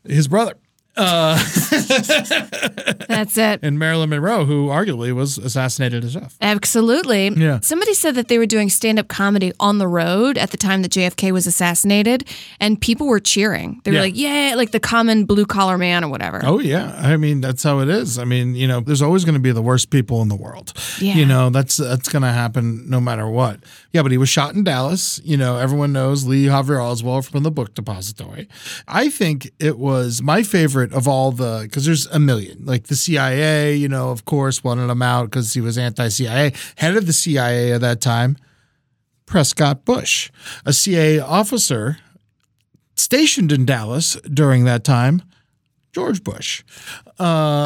Speaker 7: his brother. [laughs]
Speaker 6: That's it.
Speaker 7: and Marilyn Monroe, who arguably was assassinated as F.
Speaker 6: Absolutely.
Speaker 7: Yeah.
Speaker 6: Somebody said that they were doing stand up comedy on the road at the time that JFK was assassinated, and people were cheering. They were
Speaker 7: Yeah.
Speaker 6: like, yeah, like the common blue collar man or whatever.
Speaker 7: Oh yeah, I mean that's how it is. I mean, you know, there's always going to be the worst people in the world.
Speaker 6: Yeah.
Speaker 7: You know, that's that's going to happen no matter what. Yeah, but he was shot in Dallas. You know, everyone knows Lee Harvey Oswald from the Book Depository. I think it was my favorite of all the because there's a million. Like the CIA, you know, of course, wanted him out because he was anti-CIA. Head of the CIA at that time, Prescott Bush, a CIA officer stationed in Dallas during that time, George Bush. Uh,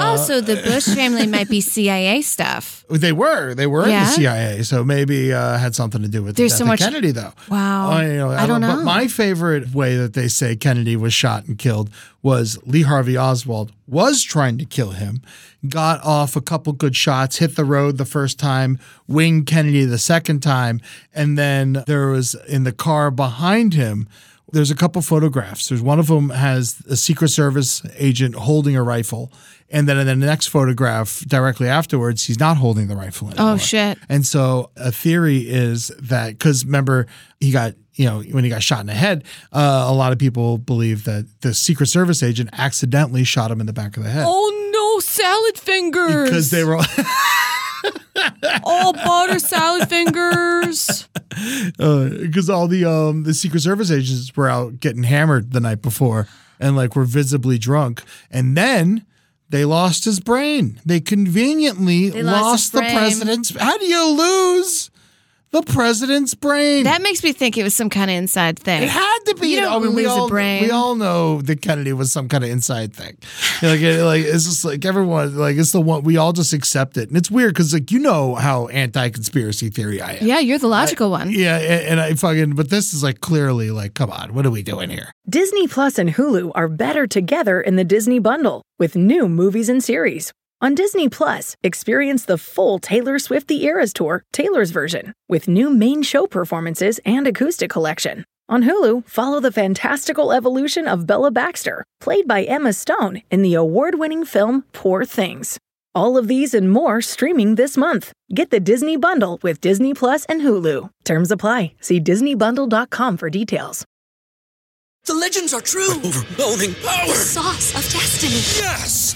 Speaker 6: also, the Bush family might
Speaker 7: [laughs]
Speaker 6: be CIA stuff.
Speaker 7: They were. They were in
Speaker 6: Oh. Yeah.
Speaker 7: the CIA, so maybe uh, had something to do with
Speaker 6: There's
Speaker 7: the death
Speaker 6: so
Speaker 7: of
Speaker 6: much-
Speaker 7: Kennedy, though.
Speaker 6: Wow.
Speaker 7: I, you know,
Speaker 6: I don't know.
Speaker 7: But my favorite way that they say Kennedy was shot and killed was Lee Harvey Oswald was trying to kill him, got off a couple good shots, hit the road the first time, winged Kennedy the second time, and then there was in the car behind him. There's a couple photographs. There's one of them has a Secret Service agent holding a rifle, and then in the next photograph, directly afterwards, he's not holding the rifle anymore.
Speaker 6: Oh, shit.
Speaker 7: And so a theory is that because remember he got you know when he got shot in the head, uh, a lot of people believe that the Secret Service agent accidentally shot him in the back of the head
Speaker 6: Oh, no, salad fingers.
Speaker 7: because they were. [laughs]
Speaker 6: all butter salad fingers.
Speaker 7: because Uh, all the um the Secret Service agents were out getting hammered the night before and like were visibly drunk, and then they lost his brain. They conveniently
Speaker 6: lost his
Speaker 7: lost, the
Speaker 6: brain.
Speaker 7: president's. How do you lose the president's brain?
Speaker 6: That makes me think it was some kind of inside thing.
Speaker 7: It had to be.
Speaker 6: You don't
Speaker 7: I mean, we
Speaker 6: lose a
Speaker 7: all,
Speaker 6: brain.
Speaker 7: We all know that Kennedy was some kind of inside thing. Like, it, like it's just like everyone, like it's the one we all just accept it, and it's weird because like you know how anti-conspiracy theory I am.
Speaker 6: Yeah, you're the logical one.
Speaker 7: Yeah, and, and I fucking. But this is like clearly like, come on, what are we doing here?
Speaker 8: Disney Plus and Hulu are better together in the Disney bundle with new movies and series. On Disney Plus, experience the full Taylor Swift The Eras Tour, Taylor's version, with new main show performances and acoustic collection. On Hulu, follow the fantastical evolution of Bella Baxter, played by Emma Stone in the award winning film Poor Things. All of these and more streaming this month. Get the Disney Bundle with Disney Plus and Hulu. Terms apply. See DisneyBundle.com for details.
Speaker 3: The legends are true.
Speaker 4: Overwhelming
Speaker 3: The
Speaker 4: power!
Speaker 3: sauce of destiny.
Speaker 4: Yes!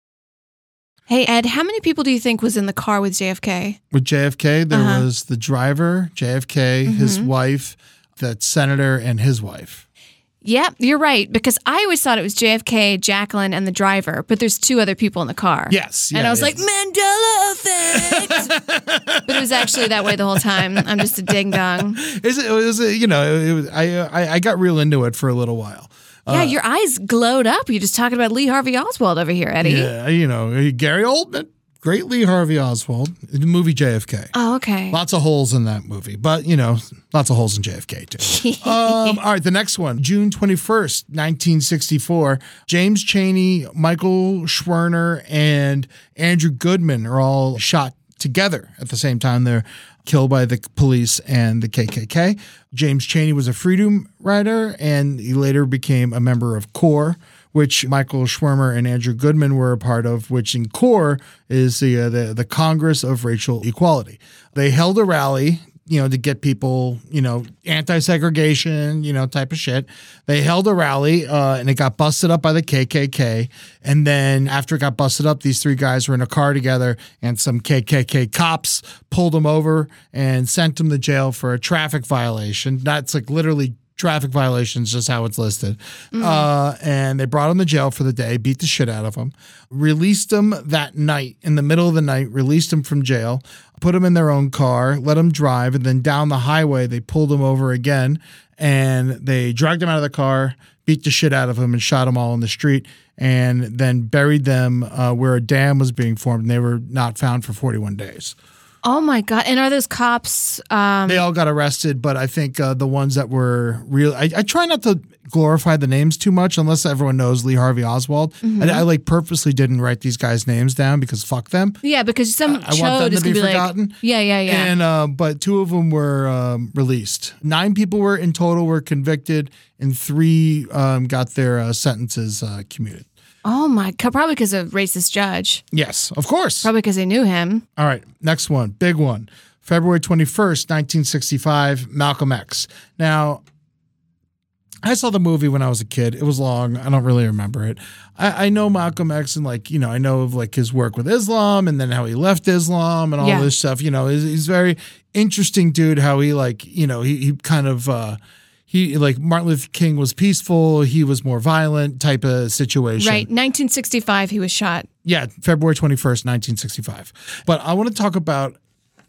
Speaker 6: Hey, Ed, how many people do you think was in the car with JFK?
Speaker 7: With JFK, there
Speaker 6: Uh-huh.
Speaker 7: was
Speaker 6: Mm-hmm.
Speaker 7: the driver, JFK, his wife, that senator, and his wife.
Speaker 6: Yep, you're right. Because I always thought it was JFK, Jacqueline, and the driver, but there's two other people in the car.
Speaker 7: Yes,
Speaker 6: and
Speaker 7: yeah,
Speaker 6: I was
Speaker 7: yeah.
Speaker 6: like, Mandela
Speaker 7: [laughs]
Speaker 6: effect. but it was actually that way the whole time. I'm just a ding dong.
Speaker 7: Is it was it, you know it was, I, I I got real into it for a little while.
Speaker 6: yeah, your eyes glowed up. You're just talking about Lee Harvey Oswald over here, Eddie.
Speaker 7: Yeah, you know uh, Gary Oldman, great Lee Harvey Oswald, the movie JFK.
Speaker 6: Oh, okay.
Speaker 7: Lots of holes in that movie, but you know, lots of holes in JFK too. um, all right, the next one, June twenty first, nineteen sixty four. James Cheney, Michael Schwerner, and Andrew Goodman are all shot together at the same time. They're killed by the police and the KKK. James Cheney was a freedom rider, and he later became a member of CORE. Which Michael Schwerner and Andrew Goodman were a part of, which in CORE is the, uh, the the Congress of Racial Equality. They held a rally you know, to get people, you know, anti-segregation, you know, type of shit. They held a rally, uh, and it got busted up by the KKK. And then after it got busted up, these three guys were in a car together, and some KKK cops pulled them over and sent them to jail for a traffic violation. That's like literally traffic violations, just how it's listed. Uh, and they brought him to jail for the day, beat the shit out of him, released him that night in the middle of the night, released him from jail, put him in their own car, let him drive, and then down the highway they pulled him over again and they dragged him out of the car, beat the shit out of him, and shot him all in the street. And then buried them uh, where a dam was being formed, and they were not found for 41 days.
Speaker 6: oh my god. And are those cops? Um,
Speaker 7: They all got arrested, but I think uh, the ones that were real. I, I try not to glorify the names too much unless everyone knows Lee Harvey Oswald.
Speaker 6: Mm-hmm.
Speaker 7: And I, like purposely didn't write these guys' names down because fuck them.
Speaker 6: yeah, because some
Speaker 7: I want them
Speaker 6: chode
Speaker 7: to
Speaker 6: is
Speaker 7: be
Speaker 6: gonna be, like,
Speaker 7: forgotten.
Speaker 6: yeah, yeah, yeah.
Speaker 7: And uh, but two of them were um, released. Nine people were in total were convicted, and three um, got their uh, sentences uh, commuted.
Speaker 6: oh my god. Probably because of racist judge.
Speaker 7: Yes, of course.
Speaker 6: Probably because they knew him.
Speaker 7: All right, next one, big one. February 21st, 1965, Malcolm X. Now, I saw the movie when I was a kid. It was long. I don't really remember it. I, I know Malcolm X and like, you know, I know of like his work with Islam and then how he left Islam and all
Speaker 6: Yeah.
Speaker 7: this stuff. You know, he's, he's very interesting dude, how he like, you know, he, he kind of, uh, he like Martin Luther King was peaceful. He was more violent type of situation.
Speaker 6: Right. 1965, he was shot.
Speaker 7: Yeah, February 21st, 1965. But I want to talk about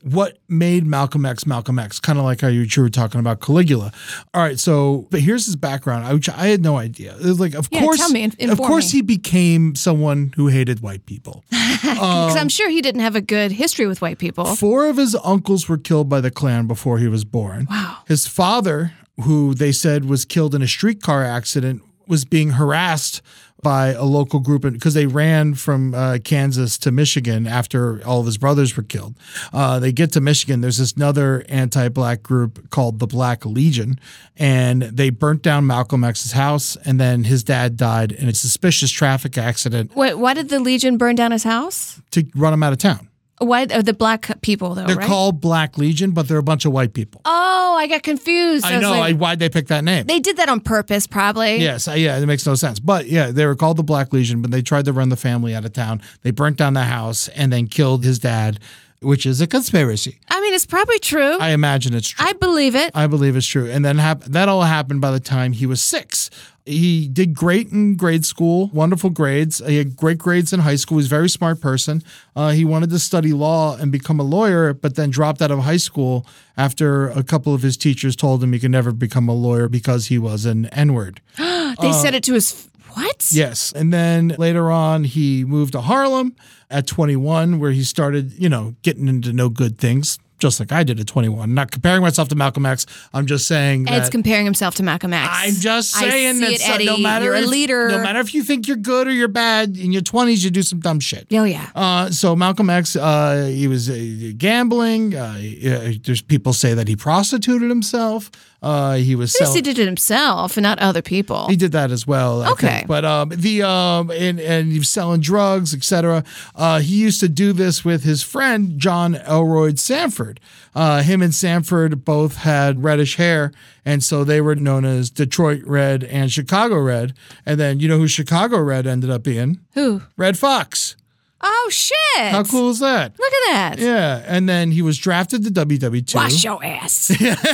Speaker 7: what made Malcolm X Malcolm X, kind of like how you you were talking about Caligula. All right, so but here's his background, I- which I had no idea. It was like, of
Speaker 6: Yeah,
Speaker 7: course,
Speaker 6: tell me, in-
Speaker 7: of
Speaker 6: inform
Speaker 7: course,
Speaker 6: me.
Speaker 7: he became someone who hated white people. Oh.
Speaker 6: Because I'm sure he didn't have a good history with white people.
Speaker 7: Four of his uncles were killed by the Klan before he was born. Wow. His father, who they said was killed in a streetcar accident, was being harassed by a local group because they ran from uh, Kansas to Michigan after all of his brothers were killed. Uh, they get to Michigan. There's this another anti-black group called the Black Legion, and they burnt down Malcolm X's house, and then his dad died in a suspicious traffic accident
Speaker 6: Wait, why did the Legion burn down his house?
Speaker 7: to run him out of town.
Speaker 6: Why are the black people though?
Speaker 7: They're
Speaker 6: right?
Speaker 7: called Black Legion, but they're a bunch of white people.
Speaker 6: Oh, I got confused.
Speaker 7: I
Speaker 6: was
Speaker 7: know.
Speaker 6: like,
Speaker 7: I, why'd they pick that name?
Speaker 6: they did that on purpose, probably.
Speaker 7: yes. I, yeah. It makes no sense. But yeah, they were called the Black Legion, but they tried to run the family out of town. They burnt down the house and then killed his dad, which is a conspiracy.
Speaker 6: I mean, it's probably true. I,
Speaker 7: I imagine it's true.
Speaker 6: believe it.
Speaker 7: I believe it's true. And then hap- that all happened by the time he was six. He did great in grade school, wonderful grades. He had great grades in high school. He was a very smart person. Uh, he wanted to study law and become a lawyer, but then dropped out of high school after a couple of his teachers told him he could never become a lawyer because he was an N word.
Speaker 6: they
Speaker 7: Uh,
Speaker 6: said it to his what?
Speaker 7: Yes. And then later on, he moved to Harlem at 21, where he started, you know, getting into no good things, just like I did at 21. Not comparing myself to Malcolm X. I'm just saying
Speaker 6: Ed's
Speaker 7: that.
Speaker 6: comparing himself to Malcolm X.
Speaker 7: I'm just saying
Speaker 6: I see
Speaker 7: that
Speaker 6: it,
Speaker 7: so-
Speaker 6: Eddie.
Speaker 7: no matter
Speaker 6: you're a
Speaker 7: if,
Speaker 6: leader.
Speaker 7: no matter if you think you're good or you're bad in your 20s, you do some dumb shit.
Speaker 6: Oh yeah.
Speaker 7: Uh, so Malcolm X, uh, he was uh, gambling. Uh, yeah, there's people say that he prostituted himself. Uh, he was
Speaker 6: At least
Speaker 7: selling.
Speaker 6: he did it himself and not other people.
Speaker 7: He did that as well. I
Speaker 6: Okay.
Speaker 7: think. but um, the um, and and he was selling drugs, etc. Uh, he used to do this with his friend John Elroy Sanford. Uh, him and Sanford both had reddish hair, and so they were known as Detroit Red and Chicago Red. And then you know who Chicago Red ended up being?
Speaker 6: Who?
Speaker 7: Red Fox.
Speaker 6: Oh, shit.
Speaker 7: How cool is that?
Speaker 6: Look at that.
Speaker 7: Yeah, and then he was drafted to WWE too.
Speaker 6: Wash your ass.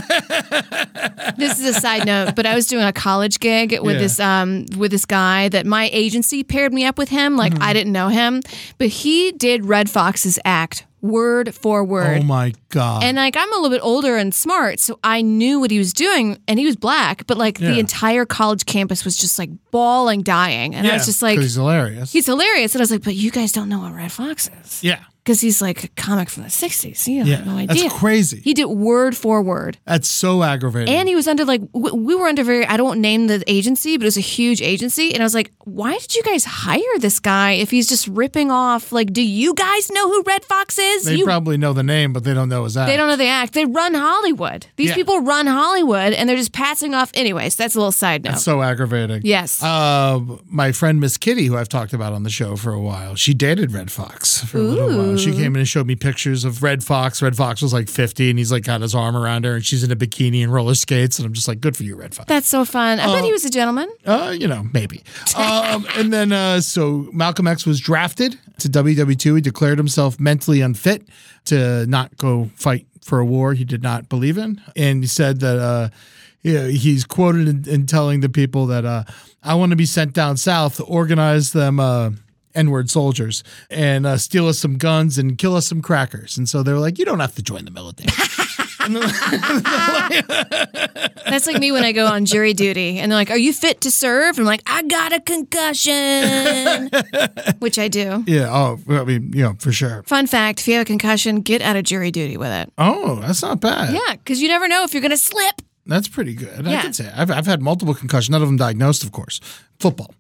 Speaker 7: [laughs]
Speaker 6: this is a side note, but I was doing a college gig with
Speaker 7: Yeah.
Speaker 6: this um with this guy that my agency paired me up with him. Like
Speaker 7: Mm-hmm.
Speaker 6: I didn't know him, but he did Red Fox's act word for word.
Speaker 7: Oh my god!
Speaker 6: And like I'm a little bit older and smart, so I knew what he was doing, and he was black. But like
Speaker 7: Yeah.
Speaker 6: the entire college campus was just like bawling, dying, and I was just like,
Speaker 7: he's hilarious.
Speaker 6: he's hilarious. And I was like, but you guys don't know what Red Fox is
Speaker 7: yeah,
Speaker 6: because he's like a comic from the '60s. You
Speaker 7: yeah.
Speaker 6: have no
Speaker 7: That's
Speaker 6: idea.
Speaker 7: crazy.
Speaker 6: He did word for word.
Speaker 7: That's so aggravating.
Speaker 6: And he was under like w- we were under very I don't name the agency, but it was a huge agency, and I was like, why did you guys hire this guy if he's just ripping off? Like, do you guys know who Red Fox is?
Speaker 7: they
Speaker 6: you,
Speaker 7: probably know the name, but they don't know his act.
Speaker 6: they don't know the act. They run Hollywood. These
Speaker 7: Yeah.
Speaker 6: people run Hollywood, and they're just passing off. Anyways, that's a little side note.
Speaker 7: That's so aggravating.
Speaker 6: yes.
Speaker 7: Uh, my friend Miss Kitty, who I've talked about on the show for a while, she dated Red Fox for a little while. She came in and showed me pictures of Red Fox. Red Fox was like 50 and he's like got his arm around her and she's in a bikini and roller skates. And I'm just like, good for you, Red Fox.
Speaker 6: that's so fun. I
Speaker 7: Oh.
Speaker 6: bet he was a gentleman.
Speaker 7: Uh, you know, maybe. um, and then, uh, so Malcolm X was drafted to WW2. He declared himself mentally unfit to not go fight for a war he did not believe in. And he said that uh, yeah, he's quoted in, in telling the people that uh, I want to be sent down south to organize them. Uh, N-word soldiers and uh, steal us some guns and kill us some crackers, and so they're like, "You don't have to join the military."
Speaker 6: That's like me when I go on jury duty, and they're like, "Are you fit to serve?" And I'm like, "I got a
Speaker 7: [laughs]
Speaker 6: concussion," which I do.
Speaker 7: yeah, oh, I mean, you know, for sure.
Speaker 6: Fun fact: If you have a concussion, get out of jury duty with it.
Speaker 7: Oh, that's not bad.
Speaker 6: Yeah, because you never know if you're going to slip.
Speaker 7: That's pretty good. I
Speaker 6: Yeah.
Speaker 7: can say I've, I've had multiple concussions, none of them diagnosed, of course. Football.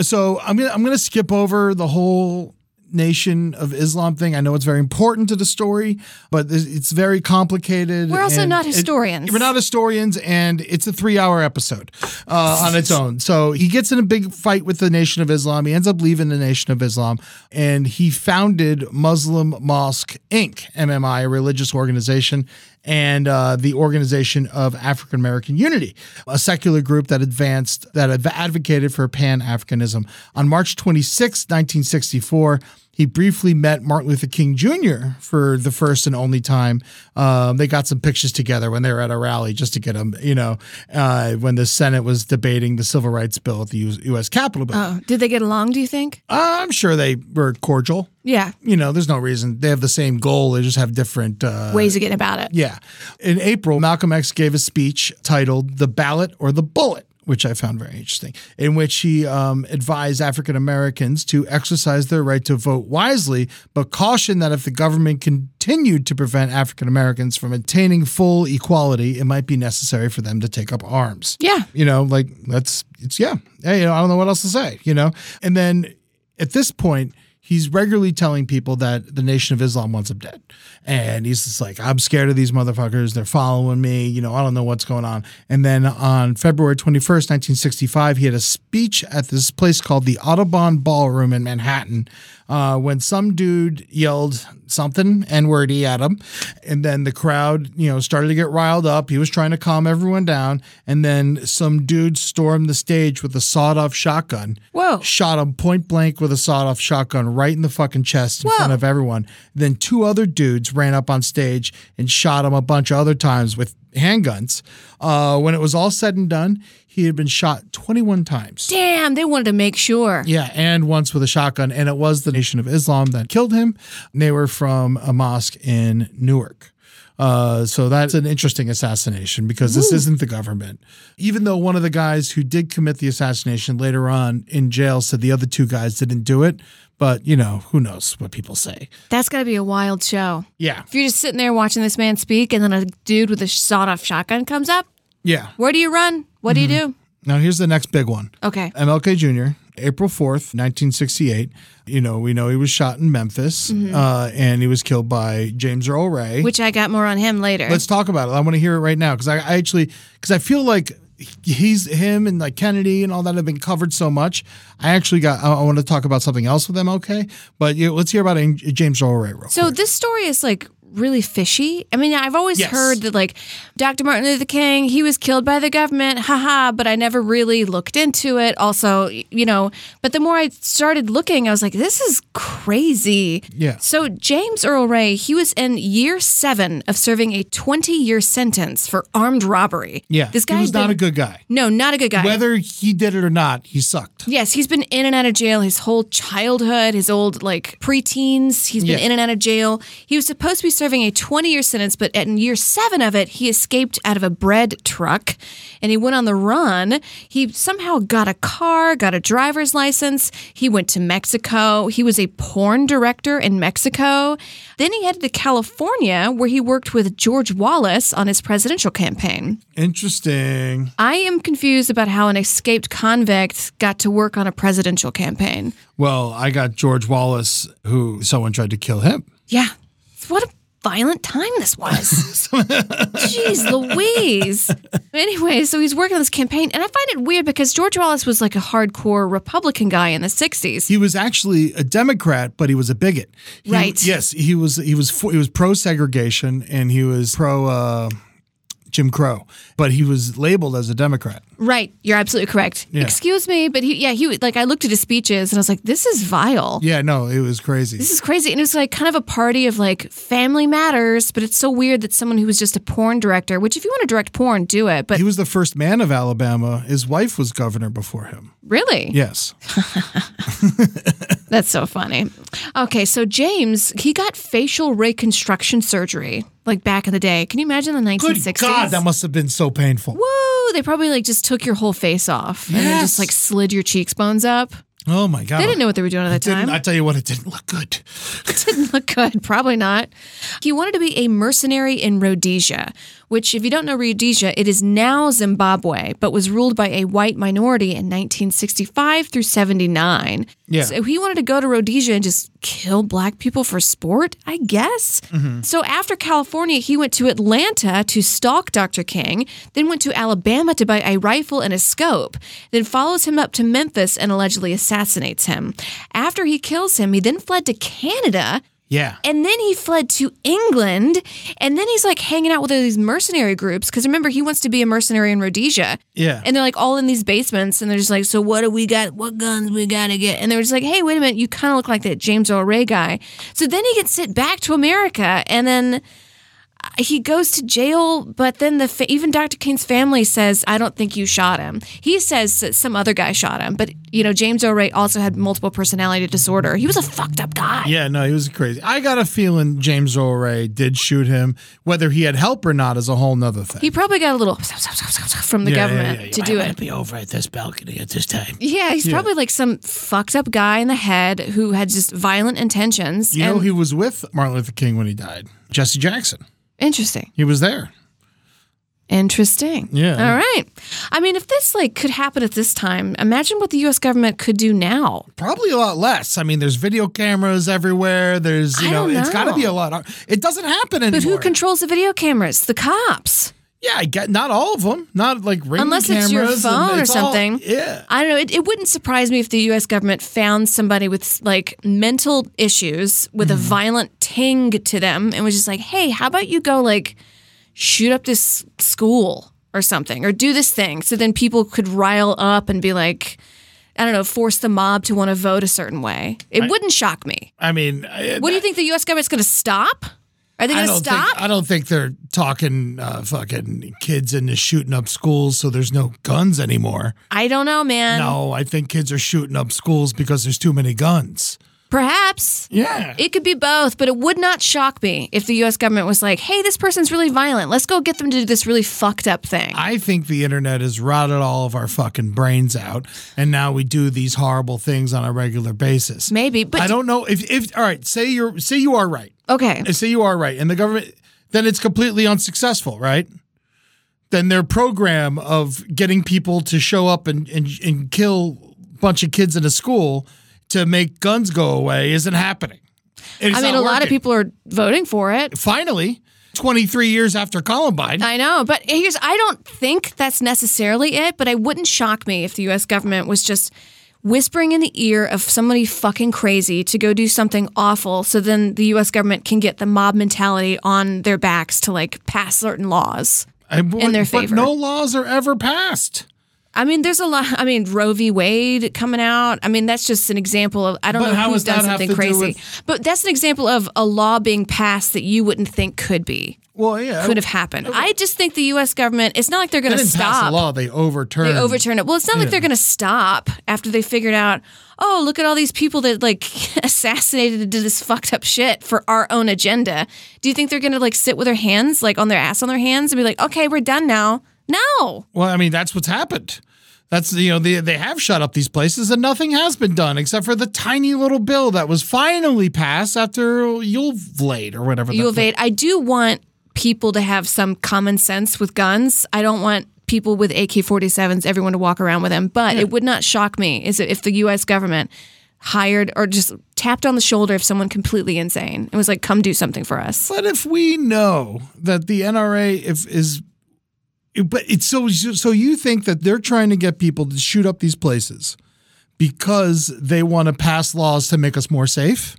Speaker 7: So I'm gonna I'm gonna skip over the whole Nation of Islam thing. I know it's very important to the story, but it's- it's very complicated.
Speaker 6: We're also
Speaker 7: and
Speaker 6: not
Speaker 7: it-
Speaker 6: historians.
Speaker 7: we're not historians, and it's a three-hour episode uh, on its own. So he gets in a big fight with the Nation of Islam. He ends up leaving the Nation of Islam, and he founded Muslim Mosque Inc. (MMI), a religious organization, and uh, the Organization of African American Unity, a secular group that advanced that adv- advocated for Pan Africanism. On March 26, 1964 he briefly met Martin Luther King Jr. for the first and only time. Um, they got some pictures together when they were at a rally just to get him, you know, uh, when the Senate was debating the Civil Rights Bill at the U- U.S. Capitol.
Speaker 6: Oh,
Speaker 7: Building.
Speaker 6: did they get along, do you think?
Speaker 7: I'm sure they were cordial.
Speaker 6: Yeah.
Speaker 7: You know, there's no reason. They have the same goal, they just have different. Uh,
Speaker 6: Ways of getting about it.
Speaker 7: yeah. In April, Malcolm X gave a speech titled The Ballot or the Bullet, which I found very interesting, in which he um, advised African Americans to exercise their right to vote wisely, but cautioned that if the government continued to prevent African Americans from attaining full equality, it might be necessary for them to take up arms.
Speaker 6: Yeah.
Speaker 7: You know, like that's, it's, yeah. Hey, you know, I don't know what else to say, you know? And then at this point, he's regularly telling people that the Nation of Islam wants him dead. And he's just like, I'm scared of these motherfuckers. They're following me. You know, I don't know what's going on. And then on February 21st, 1965, he had a speech at this place called the Audubon Ballroom in Manhattan uh, when some dude yelled something N wordy at him. And then the crowd, you know, started to get riled up. He was trying to calm everyone down. And then some dude stormed the stage with a sawed off shotgun
Speaker 6: Whoa.
Speaker 7: shot him point blank with a sawed off shotgun right in the fucking chest in
Speaker 6: Whoa.
Speaker 7: front of everyone. Then two other dudes ran up on stage and shot him a bunch of other times with handguns. Uh, when it was all said and done, he had been shot 21 times.
Speaker 6: Damn, they wanted to make sure.
Speaker 7: Yeah, and once with a shotgun. And it was the Nation of Islam that killed him. And they were from a mosque in Newark. Uh, so that's an interesting assassination because this isn't the government. Even though one of the guys who did commit the assassination later on in jail said the other two guys didn't do it, but you know, who knows what people say.
Speaker 6: That's got to be a wild show.
Speaker 7: Yeah.
Speaker 6: If you're just sitting there watching this man speak and then a dude with a sawed off shotgun comes up,
Speaker 7: Yeah.
Speaker 6: where do you run? What do you do?
Speaker 7: Now here's the next big one.
Speaker 6: Mm-hmm. Okay.
Speaker 7: MLK Jr., April 4th, 1968. You know, we know he was shot in Memphis uh, and he was killed by James Earl Ray.
Speaker 6: Which I got more on him later.
Speaker 7: Let's talk about it. I want to hear it right now because I, I actually because I feel like he's him and like Kennedy and all that have been covered so much. I actually got I, want to talk about something else with them. Okay, but you, let's hear about Ang- James Earl Ray. Real
Speaker 6: so
Speaker 7: quick.
Speaker 6: this story is like really fishy? I mean, I've always
Speaker 9: Yes.
Speaker 6: heard that like Dr. Martin Luther King, he was killed by the government, haha, but I never really looked into it. Also, y- you know, but the more I started looking, I was like, this is crazy.
Speaker 7: Yeah.
Speaker 6: So James Earl Ray, he was in year seven of serving a 20 year sentence for armed robbery.
Speaker 7: Yeah.
Speaker 6: This guy
Speaker 7: he was
Speaker 6: had
Speaker 7: not a
Speaker 6: been-
Speaker 7: good guy.
Speaker 6: No, not a good guy.
Speaker 7: Whether he did it or not, he sucked.
Speaker 6: Yes, he's been in and out of jail his whole childhood, his old like preteens. He's been
Speaker 7: Yeah.
Speaker 6: in and out of jail. He was supposed to be serving a 20 year sentence, but in year seven of it, he escaped out of a bread truck and he went on the run. He somehow got a car, got a driver's license. He went to Mexico. He was a porn director in Mexico. Then he headed to California where he worked with George Wallace on his presidential campaign.
Speaker 7: Interesting.
Speaker 6: I am confused about how an escaped convict got to work on a presidential campaign.
Speaker 7: Well, I got George Wallace, who someone tried to kill him.
Speaker 6: Yeah. What a violent time this was. [laughs] Jeez Louise. Anyway, so he's working on this campaign, and I find it weird because George Wallace was like a hardcore Republican guy in the 60s.
Speaker 7: He was actually a Democrat, but he was a bigot. He-
Speaker 6: Right.
Speaker 7: Yes, he was. He was. For, he was pro segregation, and he was pro uh, Jim Crow, but he was labeled as a Democrat.
Speaker 6: Right. You're absolutely correct.
Speaker 7: Yeah.
Speaker 6: Excuse me, but he, yeah, he was- like I looked at his speeches and I was like, this is vile.
Speaker 7: Yeah, no, it was crazy.
Speaker 6: This is crazy. And it was like kind of a party of like family matters, but it's so weird that someone who was just a porn director, which if you want to direct porn, do it. But
Speaker 7: he was the first man of Alabama. His wife was governor before him.
Speaker 6: really?
Speaker 7: Yes.
Speaker 6: That's so funny. Okay, so James, he got facial reconstruction surgery like back in the day. Can you imagine the 1960s?
Speaker 7: Good God, that must have been so painful.
Speaker 6: Woo! They probably like just took your whole face off and then just
Speaker 7: Yes.
Speaker 6: like slid your cheekbones up.
Speaker 7: Oh my God.
Speaker 6: They didn't know what they were doing at that time.
Speaker 7: Didn't, I tell you what, it didn't look good.
Speaker 6: didn't [laughs] look good. Probably not. He wanted to be a mercenary in Rhodesia, which, if you don't know Rhodesia, it is now Zimbabwe, but was ruled by a white minority in 1965 through 79.
Speaker 7: Yeah.
Speaker 6: So he wanted to go to Rhodesia and just kill black people for sport, I guess. So after California, he went to Atlanta to stalk Dr. King, then went to Alabama to buy a rifle and a scope, then follows him up to Memphis and allegedly assassinates him. After he kills him, he then fled to Canada
Speaker 7: Yeah.
Speaker 6: and then he fled to England. And then he's like hanging out with all these mercenary groups. Cause remember, he wants to be a mercenary in Rhodesia.
Speaker 7: Yeah.
Speaker 6: And they're like all in these basements. And they're just like, so what do we got? What guns we got to get? And they're just like, hey, wait a minute. You kind of look like that James Earl Ray guy. So then he gets sent back to America. And then uh, he goes to jail, but then the fa- even Dr. King's family says, "I don't think you shot him." He says that some other guy shot him, but you know James O'Reilly also had multiple personality disorder. He was a fucked up guy.
Speaker 7: Yeah, no, he was crazy. I got a feeling James Earl Ray did shoot him. Whether he had help or not is a whole nother thing.
Speaker 6: He probably got a little from the
Speaker 7: Yeah, yeah,
Speaker 6: government
Speaker 7: yeah, yeah.
Speaker 6: to do it.
Speaker 9: be over at this balcony at this time.
Speaker 6: Yeah, he's probably like some fucked up guy in the head who had just violent intentions.
Speaker 7: you
Speaker 6: and
Speaker 7: know, he was with Martin Luther King when he died. Jesse Jackson.
Speaker 6: interesting.
Speaker 7: He was there.
Speaker 6: Interesting.
Speaker 7: Yeah.
Speaker 6: All right. I mean, if this like could happen at this time, imagine what the U.S. government could do now.
Speaker 7: Probably a lot less. I mean, there's video cameras everywhere. There's, you
Speaker 6: I
Speaker 7: know,
Speaker 6: don't
Speaker 7: it's got to
Speaker 6: know.
Speaker 7: be a lot. It doesn't happen anymore.
Speaker 6: But who controls the video cameras? The cops.
Speaker 7: Yeah, I get not all of them. Not like ring
Speaker 6: Unless
Speaker 7: cameras
Speaker 6: it's your
Speaker 7: and
Speaker 6: phone or
Speaker 7: it's all-
Speaker 6: something.
Speaker 7: yeah.
Speaker 6: I don't know. It, it wouldn't surprise me if the U.S. government found somebody with like mental issues with
Speaker 7: Mm.
Speaker 6: a violent ting to them and was just like, hey, how about you go like shoot up this school or something or do this thing? So then people could rile up and be like, I don't know, force the mob to want to vote a certain way. It wouldn't shock me.
Speaker 7: I mean, I-
Speaker 6: What do you think the U.S. government's going to stop? Are they going
Speaker 7: I
Speaker 6: to
Speaker 7: don't
Speaker 6: stop?
Speaker 7: Think, I don't think they're talking uh, fucking kids into shooting up schools, so there's no guns anymore.
Speaker 6: I don't know, man.
Speaker 7: No, I think kids are shooting up schools because there's too many guns.
Speaker 6: Perhaps.
Speaker 7: Yeah.
Speaker 6: It could be both, but it would not shock me if the US government was like, hey, this person's really violent. Let's go get them to do this really fucked up thing.
Speaker 7: I think the internet has rotted all of our fucking brains out, and now we do these horrible things on a regular basis.
Speaker 6: Maybe, but
Speaker 7: I don't know if if all right. Say you're say you are right.
Speaker 6: Okay.
Speaker 7: Say you are right, and the government then it's completely unsuccessful, right? Then their program of getting people to show up and and, and kill a bunch of kids in a school to make guns go away isn't happening. It's
Speaker 6: I mean, a
Speaker 7: not
Speaker 6: lot of
Speaker 7: working.
Speaker 6: people are voting for it.
Speaker 7: finally, 23 years after Columbine.
Speaker 6: I know, but here's I don't think that's necessarily it, but it wouldn't shock me if the US government was just whispering in the ear of somebody fucking crazy to go do something awful so then the US government can get the mob mentality on their backs to like pass certain laws.
Speaker 7: I,
Speaker 6: In their favor.
Speaker 7: But no laws are ever passed.
Speaker 6: I mean, there's a lot. I mean, Roe v. Wade coming out. I mean, that's just an example of I don't
Speaker 7: But
Speaker 6: know
Speaker 7: how
Speaker 6: who's
Speaker 7: does
Speaker 6: done
Speaker 7: that have
Speaker 6: something
Speaker 7: to do
Speaker 6: crazy,
Speaker 7: with-
Speaker 6: but that's an example of a law being passed that you wouldn't think could be
Speaker 7: Well, yeah.
Speaker 6: could have happened. I just think the U.S. government. It's not like they're
Speaker 7: They
Speaker 6: going to
Speaker 7: didn't pass a
Speaker 6: stop.
Speaker 7: law. They overturned.
Speaker 6: They overturn it. Well, it's not like they're going to stop after they figured out, oh, look at all these people that like [laughs] assassinated and did this fucked up shit for our own agenda. Do you think they're going to like sit with their hands, like on their ass on their hands and be like, okay, we're done now? No.
Speaker 7: Well, I mean, that's what's happened. That's you know they they have shut up these places and nothing has been done except for the tiny little bill that was finally passed after Yulvlade or whatever.
Speaker 6: You
Speaker 7: that-
Speaker 6: evade. I do want people to have some common sense with guns. I don't want people with AK 47s, everyone to walk around with them. But it would not shock me is if the US government hired or just tapped on the shoulder of someone completely insane and was like, come do something for us.
Speaker 7: But if we know that the NRA if is, but it's so so you think that they're trying to get people to shoot up these places because they want to pass laws to make us more safe?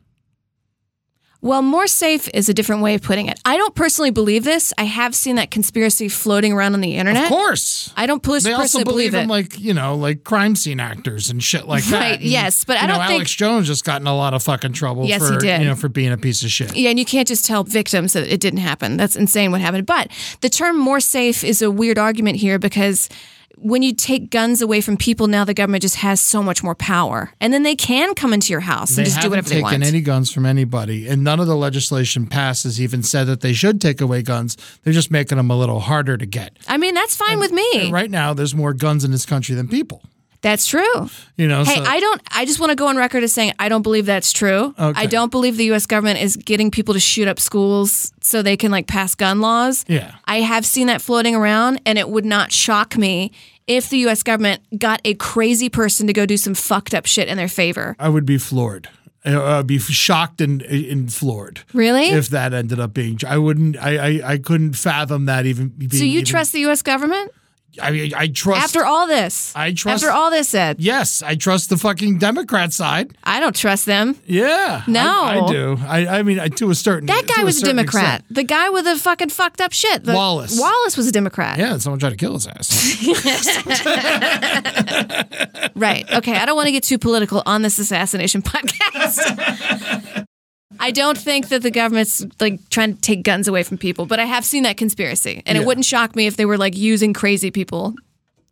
Speaker 6: Well, more safe is a different way of putting it. I don't personally believe this. I have seen that conspiracy floating around on the internet.
Speaker 7: Of course.
Speaker 6: I don't pers-
Speaker 7: They also
Speaker 6: personally
Speaker 7: believe
Speaker 6: believe it.
Speaker 7: in like you know like crime scene actors and shit like that.
Speaker 6: Right,
Speaker 7: And,
Speaker 6: yes, but I
Speaker 7: you know,
Speaker 6: don't think-
Speaker 7: Alex Jones just got in a lot of fucking trouble.
Speaker 6: Yes,
Speaker 7: for,
Speaker 6: he did.
Speaker 7: You know for being a piece of shit.
Speaker 6: yeah, and you can't just tell victims that it didn't happen. That's insane what happened. But the term more safe is a weird argument here because when you take guns away from people, now the government just has so much more power. And then they can come into your house
Speaker 7: They
Speaker 6: and just
Speaker 7: haven't
Speaker 6: do whatever
Speaker 7: taken
Speaker 6: they want.
Speaker 7: any guns from anybody, and none of the legislation passes even said that they should take away guns. They're just making them a little harder to get.
Speaker 6: I mean, that's fine with me.
Speaker 7: And right now, there's more guns in this country than people.
Speaker 6: That's true.
Speaker 7: You know,
Speaker 6: Hey,
Speaker 7: so
Speaker 6: I don't. I just want to go on record as saying I don't believe that's true. I don't believe the U.S. government is getting people to shoot up schools so they can like pass gun laws.
Speaker 7: Yeah.
Speaker 6: I have seen that floating around, and it would not shock me if the U.S. government got a crazy person to go do some fucked up shit in their favor.
Speaker 7: I would be floored. I- I'd be shocked and, and floored.
Speaker 6: Really?
Speaker 7: If that ended up being, I wouldn't. I I, I couldn't fathom that even. Being
Speaker 6: so you
Speaker 7: even-
Speaker 6: trust the U.S. government
Speaker 7: I mean, I trust.
Speaker 6: after all this?
Speaker 7: I trust-
Speaker 6: After all this, Ed,
Speaker 7: Yes, I trust the fucking Democrat side.
Speaker 6: I don't trust them.
Speaker 7: Yeah.
Speaker 6: No.
Speaker 7: I, I do. I, I mean, I, to a certain
Speaker 6: That
Speaker 7: to
Speaker 6: guy was a
Speaker 7: certain
Speaker 6: Democrat.
Speaker 7: extent.
Speaker 6: The guy with the fucking fucked up shit. The-
Speaker 7: Wallace.
Speaker 6: Wallace was a Democrat.
Speaker 7: Yeah, and someone tried to kill his ass.
Speaker 6: [laughs] Right. Okay. I don't want to get too political on this assassination [laughs] podcast. I don't think that the government's like trying to take guns away from people, but I have seen that conspiracy, and it
Speaker 7: Yeah.
Speaker 6: wouldn't shock me if they were like using crazy people.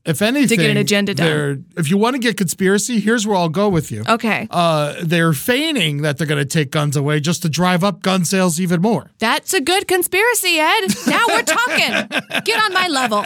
Speaker 7: if anything,
Speaker 6: agenda done. Oh.
Speaker 7: they're- If you want to get conspiracy, here's where I'll go with you.
Speaker 6: Okay,
Speaker 7: Uh, they're feigning that they're going to take guns away just to drive up gun sales even more.
Speaker 6: that's a good conspiracy, Ed. Now we're talking. Get on my level.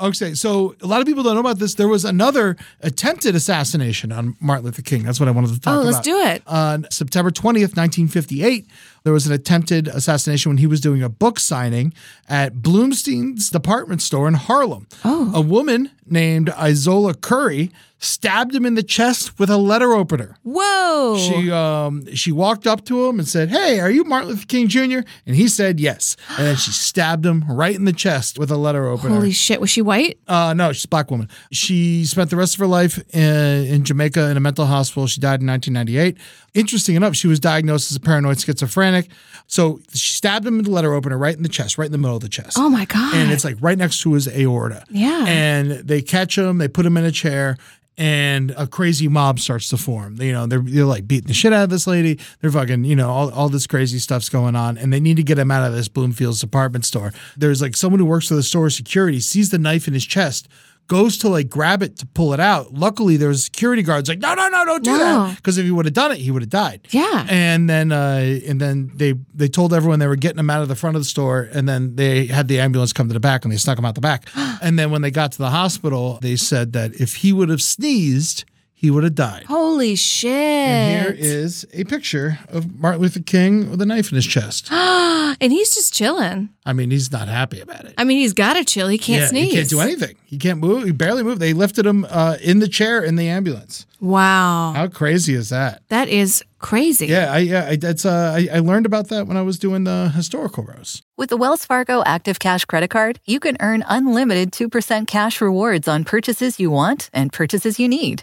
Speaker 7: Okay, so a lot of people don't know about this. There was another attempted assassination on Martin Luther King. That's what I wanted to talk
Speaker 6: Oh,
Speaker 7: about.
Speaker 6: let's do it.
Speaker 7: On September 20th, 1958, there was an attempted assassination when he was doing a book signing at Bloomstein's department store in Harlem. Oh. A woman named Isola Curry stabbed him in the chest with a letter opener.
Speaker 6: Whoa.
Speaker 7: She um she walked up to him and said, "Hey, are you Martin Luther King Jr.?" And he said, "Yes." And then she stabbed him right in the chest with a letter opener.
Speaker 6: Holy shit. Was she white?
Speaker 7: Uh, no, she's a black woman. She spent the rest of her life in, in Jamaica in a mental hospital. She died in 1998. Interesting enough, she was diagnosed as a paranoid schizophrenic. So she stabbed him in the letter opener right in the chest, right in the middle of the chest.
Speaker 6: Oh my god.
Speaker 7: And it's like right next to his aorta.
Speaker 6: Yeah.
Speaker 7: And they catch him, they put him in a chair, and a crazy mob starts to form. You know, they're, they're like beating the shit out of this lady. They're fucking, you know, all, all this crazy stuff's going on, and they need to get him out of this Bloomfield's department store. There's like someone who works for the store security sees the knife in his chest. Goes to like grab it to pull it out. Luckily, there was security guards like, no, no, no, don't do
Speaker 6: No.
Speaker 7: that. Because if he would have done it, he would have died.
Speaker 6: Yeah.
Speaker 7: And then uh, and then they they told everyone they were getting him out of the front of the store, and then they had the ambulance come to the back, and they snuck him out
Speaker 6: [gasps]
Speaker 7: the back. and then when they got to the hospital, they said that if he would have sneezed, he would have died.
Speaker 6: Holy shit.
Speaker 7: And here is a picture of Martin Luther King with a knife in
Speaker 6: [gasps]
Speaker 7: his chest.
Speaker 6: and he's just chilling.
Speaker 7: I mean, he's not happy about it.
Speaker 6: I mean, he's got to chill. He can't sneeze.
Speaker 7: He can't do anything. He can't move. He barely moved. They lifted him uh, in the chair in the ambulance.
Speaker 6: Wow.
Speaker 7: How crazy is that?
Speaker 6: That is crazy.
Speaker 7: Yeah, I, yeah, I, that's uh, I, I learned about that when I was doing the historical rows.
Speaker 10: With the Wells Fargo Active Cash Credit Card, you can earn unlimited 2% cash rewards on purchases you want and purchases you need.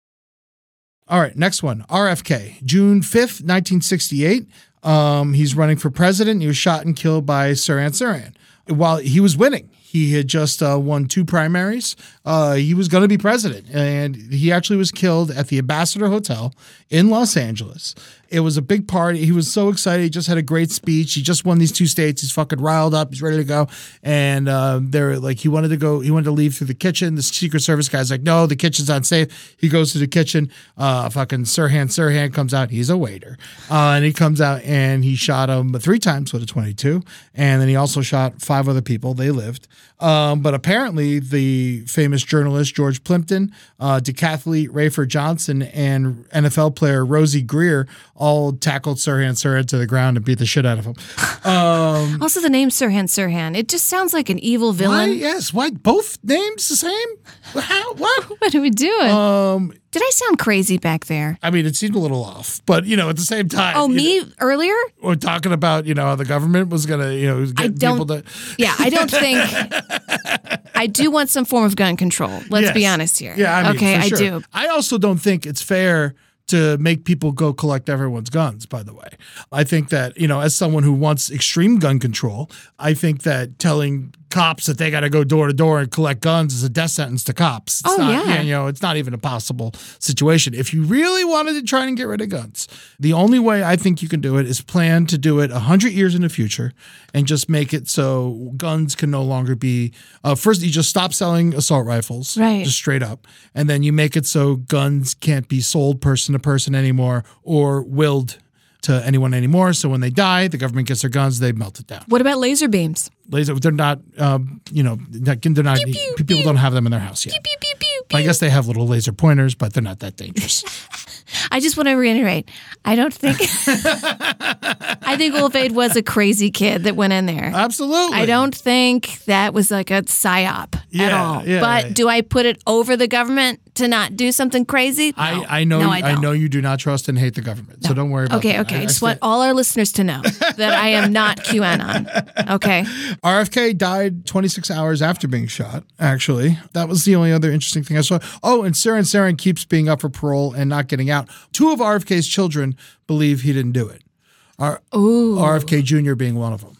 Speaker 7: All right, next one. RFK, June 5th, 1968. Um, he's running for president. He was shot and killed by Saran Saran. While he was winning, he had just uh, won two primaries. Uh, he was going to be president, and he actually was killed at the Ambassador Hotel in Los Angeles. It was a big party. He was so excited. He just had a great speech. He just won these two states. He's fucking riled up. He's ready to go. And uh, they're like, he wanted to go. He wanted to leave through the kitchen. The Secret Service guy's like, no, the kitchen's unsafe. He goes to the kitchen. Uh, fucking Sirhan Sirhan comes out. He's a waiter, uh, and he comes out and he shot him three times with a twenty-two, and then he also shot five other people. They lived. Um, but apparently, the famous journalist George Plimpton, uh, decathlete Rayford Johnson, and NFL player Rosie Greer all tackled Sirhan Sirhan to the ground and beat the shit out of him.
Speaker 6: Also, the name Sirhan Sirhan, it just sounds like an evil
Speaker 7: Why?
Speaker 6: villain.
Speaker 7: Yes. Why both names the same? How? What?
Speaker 6: [laughs] What are we doing?
Speaker 7: Um,
Speaker 6: Did I sound crazy back there?
Speaker 7: I mean, it seemed a little off, but you know, at the same time,
Speaker 6: Oh,
Speaker 7: you know,
Speaker 6: me earlier?
Speaker 7: we're talking about you know how the government was gonna you know get people to.
Speaker 6: don't- Yeah, I don't think. I do want some form of gun control. Let's be
Speaker 7: Yes.
Speaker 6: honest here.
Speaker 7: Yeah, I mean,
Speaker 6: okay,
Speaker 7: for
Speaker 6: I
Speaker 7: sure.
Speaker 6: do.
Speaker 7: I also don't think it's fair to make people go collect everyone's guns. By the way, I think that you know, as someone who wants extreme gun control, I think that telling cops that they got to go door to door and collect guns is a death sentence to cops. It's
Speaker 6: Oh,
Speaker 7: not,
Speaker 6: yeah.
Speaker 7: You know, it's not even a possible situation. If you really wanted to try and get rid of guns, the only way I think you can do it is plan to do it 100 years in the future and just make it so guns can no longer be. Uh, first, you just stop selling assault rifles,
Speaker 6: Right.
Speaker 7: just straight up. And then you make it so guns can't be sold person to person anymore or willed to anyone anymore. So when they die, the government gets their guns, they melt it down
Speaker 6: What about laser beams?
Speaker 7: laser. They're not, um, you know, they're not. people don't have them in their house yet.
Speaker 6: Pew, pew, pew,
Speaker 7: I guess they have little laser pointers, but they're not that dangerous.
Speaker 6: I just want to reiterate. I don't
Speaker 7: [laughs]
Speaker 6: think. I think Wolfade was a crazy kid that went in there.
Speaker 7: Absolutely.
Speaker 6: I don't think that was like a psyop at
Speaker 7: Yeah,
Speaker 6: all.
Speaker 7: yeah.
Speaker 6: but do I put it over the government to not do something crazy? No.
Speaker 7: I, I know.
Speaker 6: No,
Speaker 7: you-
Speaker 6: I,
Speaker 7: I,
Speaker 6: don't.
Speaker 7: know you do not trust and hate the government, so don't worry about
Speaker 6: Okay,
Speaker 7: that.
Speaker 6: okay.
Speaker 7: I- I
Speaker 6: I just
Speaker 7: sta-
Speaker 6: want all our listeners to know that I am not
Speaker 7: [laughs]
Speaker 6: QAnon. Okay.
Speaker 7: RFK died 26 hours after being shot. Actually, that was the only other interesting thing I saw. Oh, and Saren Saren keeps being up for parole and not getting out. Two of RFK's children believe he didn't do it. R- RFK Jr. being one of them.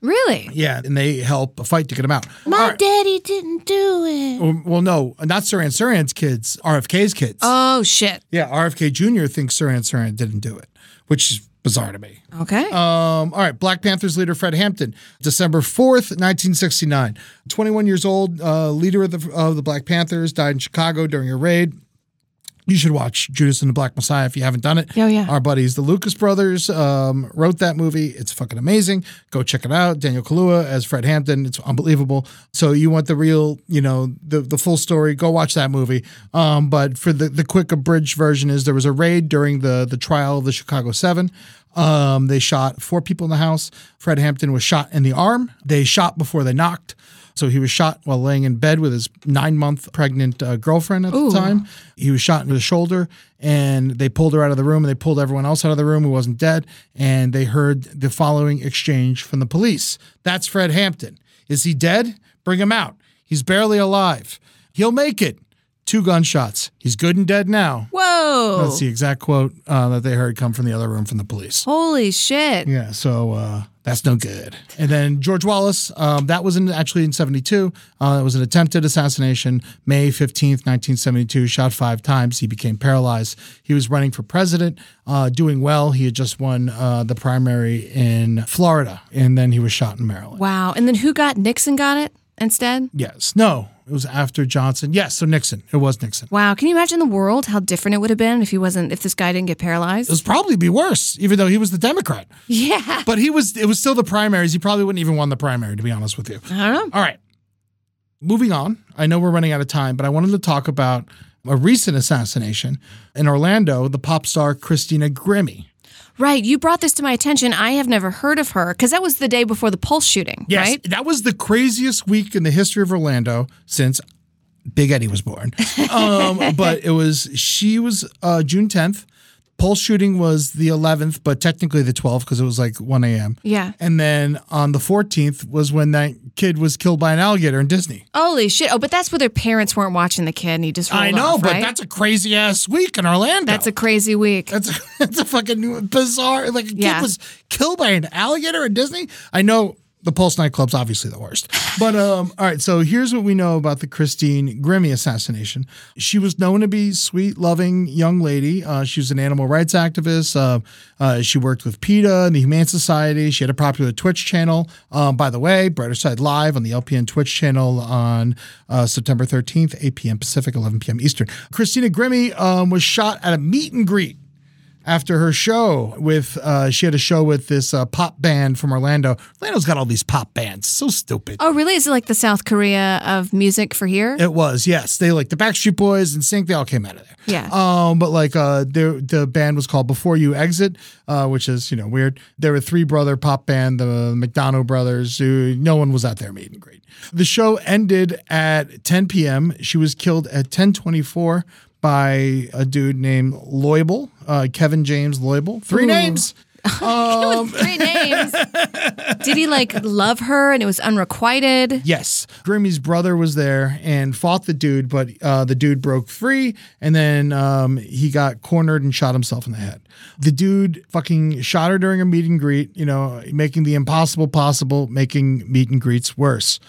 Speaker 6: Really?
Speaker 7: Yeah, and they help fight to get him out.
Speaker 6: My daddy didn't do it.
Speaker 7: Well, well, no, not Saran Saran's kids, RFK's kids.
Speaker 6: Oh shit.
Speaker 7: yeah, RFK Jr. thinks Saran Saran didn't do it, which is bizarre to me.
Speaker 6: Okay.
Speaker 7: Um, all right, Black Panthers leader Fred Hampton, December 4th, 1969. 21 years old, uh, leader of the, of the Black Panthers, died in Chicago during a raid. You should watch Judas and the Black Messiah if you haven't done it.
Speaker 6: Oh, yeah.
Speaker 7: Our buddies, the Lucas brothers, um, wrote that movie. It's fucking amazing. Go check it out. Daniel Kaluuya as Fred Hampton. It's unbelievable. So you want the real, you know, the the full story? Go watch that movie. Um, but for the the quick abridged version is there was a raid during the the trial of the Chicago Seven. Um, they shot four people in the house. Fred Hampton was shot in the arm. They shot before they knocked. So he was shot while laying in bed with his nine month pregnant uh, girlfriend at
Speaker 6: Ooh.
Speaker 7: the time. He was shot in the shoulder and they pulled her out of the room and they pulled everyone else out of the room who wasn't dead. And they heard the following exchange from the police That's Fred Hampton. Is he dead? Bring him out. He's barely alive. He'll make it. Two gunshots. He's good and dead now.
Speaker 6: Whoa.
Speaker 7: That's the exact quote uh, that they heard come from the other room from the police.
Speaker 6: Holy shit.
Speaker 7: Yeah, so uh, that's no good. And then George Wallace, um, that was in, actually in 72. Uh, it was an attempted assassination, May 15th, 1972, shot five times. He became paralyzed. He was running for president, uh, doing well. He had just won uh, the primary in Florida, and then he was shot in Maryland.
Speaker 6: Wow. And then who got Nixon got it instead?
Speaker 7: Yes, no, it was after Johnson. Yes, so Nixon. It was Nixon.
Speaker 6: Wow. Can you imagine the world how different it would have been if he wasn't if this guy didn't get paralyzed? [laughs]
Speaker 7: It was probably be worse, even though he was the Democrat.
Speaker 6: yeah.
Speaker 7: [laughs] But he was it was still the primaries. He probably wouldn't even won the primary, to be honest with you.
Speaker 6: I don't know.
Speaker 7: All right. Moving on. I know we're running out of time, but I wanted to talk about a recent assassination in Orlando, the pop star Christina Grimmie.
Speaker 6: Right. You brought this to my attention. I have never heard of her because that was the day before the Pulse shooting,
Speaker 7: Yes,
Speaker 6: right?
Speaker 7: that was the craziest week in the history of Orlando since Big Eddie was born.
Speaker 6: [laughs]
Speaker 7: Um, but it was she was uh, June 10th. Pulse shooting was the 11th, but technically the 12th because it was like 1 a.m.
Speaker 6: Yeah.
Speaker 7: And then on the 14th was when that kid was killed by an alligator in Disney.
Speaker 6: Holy shit. Oh, but that's where their parents weren't watching the kid and he just rolled
Speaker 7: I know,
Speaker 6: off,
Speaker 7: but
Speaker 6: right?
Speaker 7: that's a crazy ass week in Orlando.
Speaker 6: That's a crazy week.
Speaker 7: That's a, [laughs] that's a fucking new- bizarre. Like a kid
Speaker 6: Yeah.
Speaker 7: was killed by an alligator at Disney. I know the Pulse nightclub's obviously the worst, but um, all right. So here's what we know about the Christine Grimmie assassination. She was known to be sweet, loving young lady. Uh, she was an animal rights activist. Uh, uh, she worked with PETA and the Humane Society. She had a popular Twitch channel. Um, by the way, Brighter Side Live on the LPN Twitch channel on uh, September 13th, 8 p.m. Pacific, 11 p.m. Eastern. Christina Grimmie um, was shot at a meet and greet after her show with uh, she had a show with this uh, pop band from Orlando. Orlando's got all these pop bands. So stupid.
Speaker 6: oh, really? Is it like the South Korea of music for here?
Speaker 7: It was yes. They like the Backstreet Boys and Sync. They all came out of there.
Speaker 6: Yeah.
Speaker 7: Um, but like uh, the the band was called Before You Exit, uh, which is you know weird. They were a three brother pop band, the McDonough brothers. Who no one was at their meet and greet. The show ended at 10 p.m. She was killed at 10:24 by a dude named Loible, uh, Kevin James Loible. Three
Speaker 6: Ooh.
Speaker 7: names.
Speaker 6: [laughs]
Speaker 7: Um,
Speaker 6: Three
Speaker 7: [laughs]
Speaker 6: names. Did he like love her and it was unrequited?
Speaker 7: Yes. Grimmy's brother was there and fought the dude, but uh, the dude broke free and then um, he got cornered and shot himself in the head. The dude fucking shot her during a meet and greet, you know, making the impossible possible, making meet and greets worse.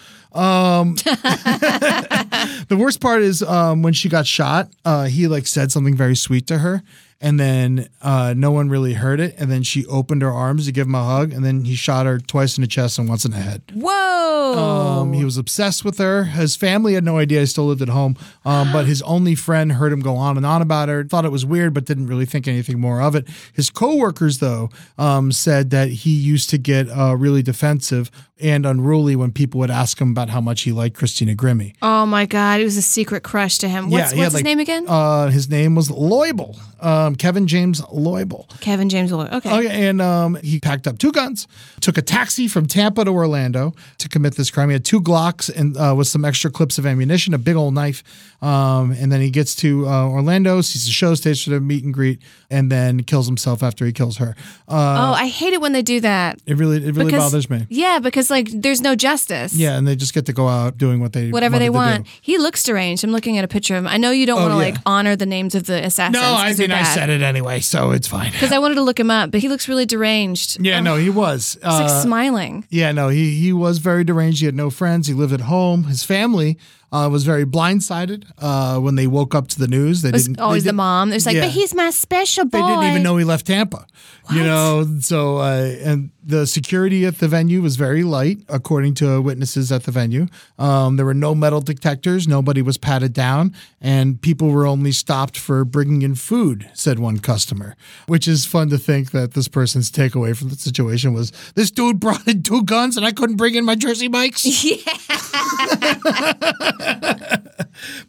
Speaker 7: Um, [laughs] the worst part is um, when she got shot, uh, he like said something very sweet to her. And then uh, no one really heard it. And then she opened her arms to give him a hug. And then he shot her twice in the chest and once in the head.
Speaker 6: Whoa.
Speaker 7: Um, he was obsessed with her. His family had no idea he still lived at home, um, but his only friend heard him go on and on about her. Thought it was weird, but didn't really think anything more of it. His coworkers, though, um, said that he used to get uh, really defensive and unruly when people would ask him about how much he liked Christina Grimmie.
Speaker 6: oh my God. It was a secret crush to him. What's,
Speaker 7: he had,
Speaker 6: what's his
Speaker 7: like,
Speaker 6: name again?
Speaker 7: Uh, his name was Loible, um, Kevin James Loible.
Speaker 6: Kevin James Lloyd. Okay.
Speaker 7: Okay, and um, he packed up two guns, took a taxi from Tampa to Orlando to commit this crime. He had two Glocks and uh, with some extra clips of ammunition, a big old knife, um, and then he gets to uh, Orlando, sees the show stage for the meet and greet, and then kills himself after he kills her. Uh,
Speaker 6: oh, I hate it when they do that.
Speaker 7: it really, it really bothers me.
Speaker 6: Yeah, because like there's no justice.
Speaker 7: Yeah, and they just get to go out doing what they
Speaker 6: Whatever they
Speaker 7: wanted to
Speaker 6: want.
Speaker 7: do.
Speaker 6: He looks deranged. I'm looking at a picture of him. I know you don't want to
Speaker 7: Oh, yeah.
Speaker 6: like honor the names of the assassins.
Speaker 7: No, I mean I said it anyway, so it's fine.
Speaker 6: Because I wanted to look him up, but he looks really deranged.
Speaker 7: Yeah, no, he was.
Speaker 6: He's like
Speaker 7: Uh,
Speaker 6: smiling.
Speaker 7: Yeah, no, he he was very deranged. He had no friends. He lived at home. His family uh, was very blindsided uh, when they woke up to the news. They
Speaker 6: It was
Speaker 7: didn't.
Speaker 6: always
Speaker 7: they
Speaker 6: the
Speaker 7: didn't-
Speaker 6: mom. There's like,
Speaker 7: Yeah.
Speaker 6: but he's my special boy.
Speaker 7: They didn't even know he left Tampa. You
Speaker 6: What?
Speaker 7: know, so uh, and the security at the venue was very light, according to witnesses at the venue. Um, there were no metal detectors. Nobody was patted down, and people were only stopped for bringing in food. Said one customer, which is fun to think that this person's takeaway from the situation was this dude brought in two
Speaker 6: [laughs]
Speaker 7: guns, and I couldn't bring in my Jersey Mike's.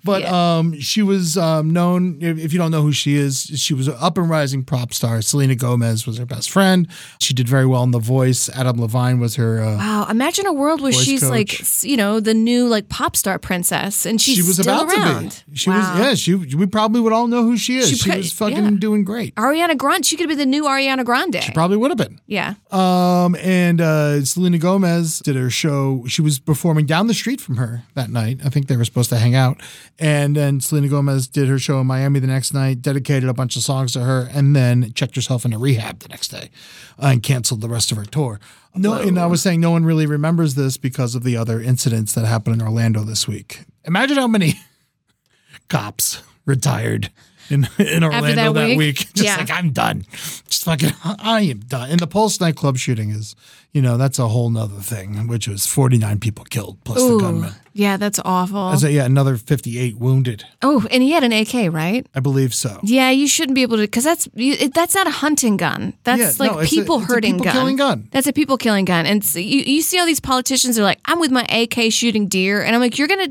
Speaker 7: But um, she was um, known, if if you don't know who she is, she was an up and rising prop star. Selena Gomez was her best friend. She did very well in The Voice. Adam Levine was her. Uh,
Speaker 6: Wow, imagine a world where
Speaker 7: Voice
Speaker 6: she's like,
Speaker 7: coach.
Speaker 6: s- you know, the new like pop star princess, and she's
Speaker 7: she was
Speaker 6: still
Speaker 7: about
Speaker 6: around.
Speaker 7: to be. She
Speaker 6: Wow.
Speaker 7: was, yeah, she, we probably would all know who she is. She,
Speaker 6: pro-
Speaker 7: was fucking
Speaker 6: yeah.
Speaker 7: doing great.
Speaker 6: Ariana Grande. She could be the new Ariana Grande.
Speaker 7: She probably would have been.
Speaker 6: yeah.
Speaker 7: Um, and uh, Selena Gomez did her show. She was performing down the street from her that night. I think they were supposed to hang out. And then Selena Gomez did her show in Miami the next night, dedicated a bunch of songs to her, and then checked herself into rehab the next day uh, and canceled the rest of her tour. No, and I was saying no one really remembers this because of the other incidents that happened in Orlando this week. Imagine how many [laughs] cops retired in, in Orlando
Speaker 6: After
Speaker 7: that,
Speaker 6: that
Speaker 7: week. [laughs]
Speaker 6: week?
Speaker 7: Just
Speaker 6: Yeah.
Speaker 7: like, I'm done. Just fucking, [laughs] I am done. And the Pulse nightclub shooting is, you know, that's a whole nother thing, which was 49 people killed plus
Speaker 6: Ooh,
Speaker 7: the gunman.
Speaker 6: yeah, that's awful.
Speaker 7: As a, yeah, another 58 wounded.
Speaker 6: oh, and he had an AK, right?
Speaker 7: I believe so.
Speaker 6: Yeah, you shouldn't be able to because that's you, it, that's not a hunting gun. That's
Speaker 7: Yeah,
Speaker 6: like
Speaker 7: no, it's a-
Speaker 6: people
Speaker 7: it's a
Speaker 6: hurting gun.
Speaker 7: people-killing gun.
Speaker 6: That's a people killing gun. And so you you see all these politicians are like, I'm with my AK shooting deer, and I'm like, you're gonna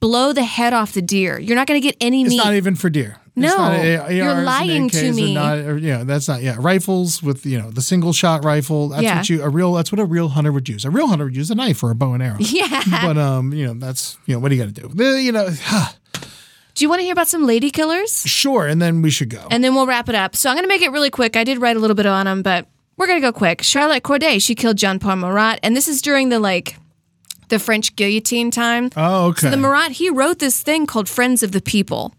Speaker 6: blow the head off the deer. You're not gonna get any
Speaker 7: It's
Speaker 6: meat.
Speaker 7: not even for deer. It's
Speaker 6: No,
Speaker 7: not A-
Speaker 6: you're
Speaker 7: ARs and
Speaker 6: lying to
Speaker 7: AKs are
Speaker 6: me.
Speaker 7: Not, or, yeah, that's not. Yeah, rifles with you know the single shot rifle. That's
Speaker 6: Yeah.
Speaker 7: what you a real. That's what a real hunter would use. A real hunter would use a knife or a bow and arrow.
Speaker 6: [laughs] Yeah.
Speaker 7: But um, you know that's you know what do you got to do? The- You know, [sighs]
Speaker 6: Do you want to hear about some lady killers?
Speaker 7: sure. And then we should go.
Speaker 6: And then we'll wrap it up. So I'm going to make it really quick. I did write a little bit on him, but we're going to go quick. Charlotte Corday, she killed John Paul Marat, and this is during the like the French guillotine time.
Speaker 7: Oh, okay.
Speaker 6: So the Marat, he wrote this thing called Friends of the People.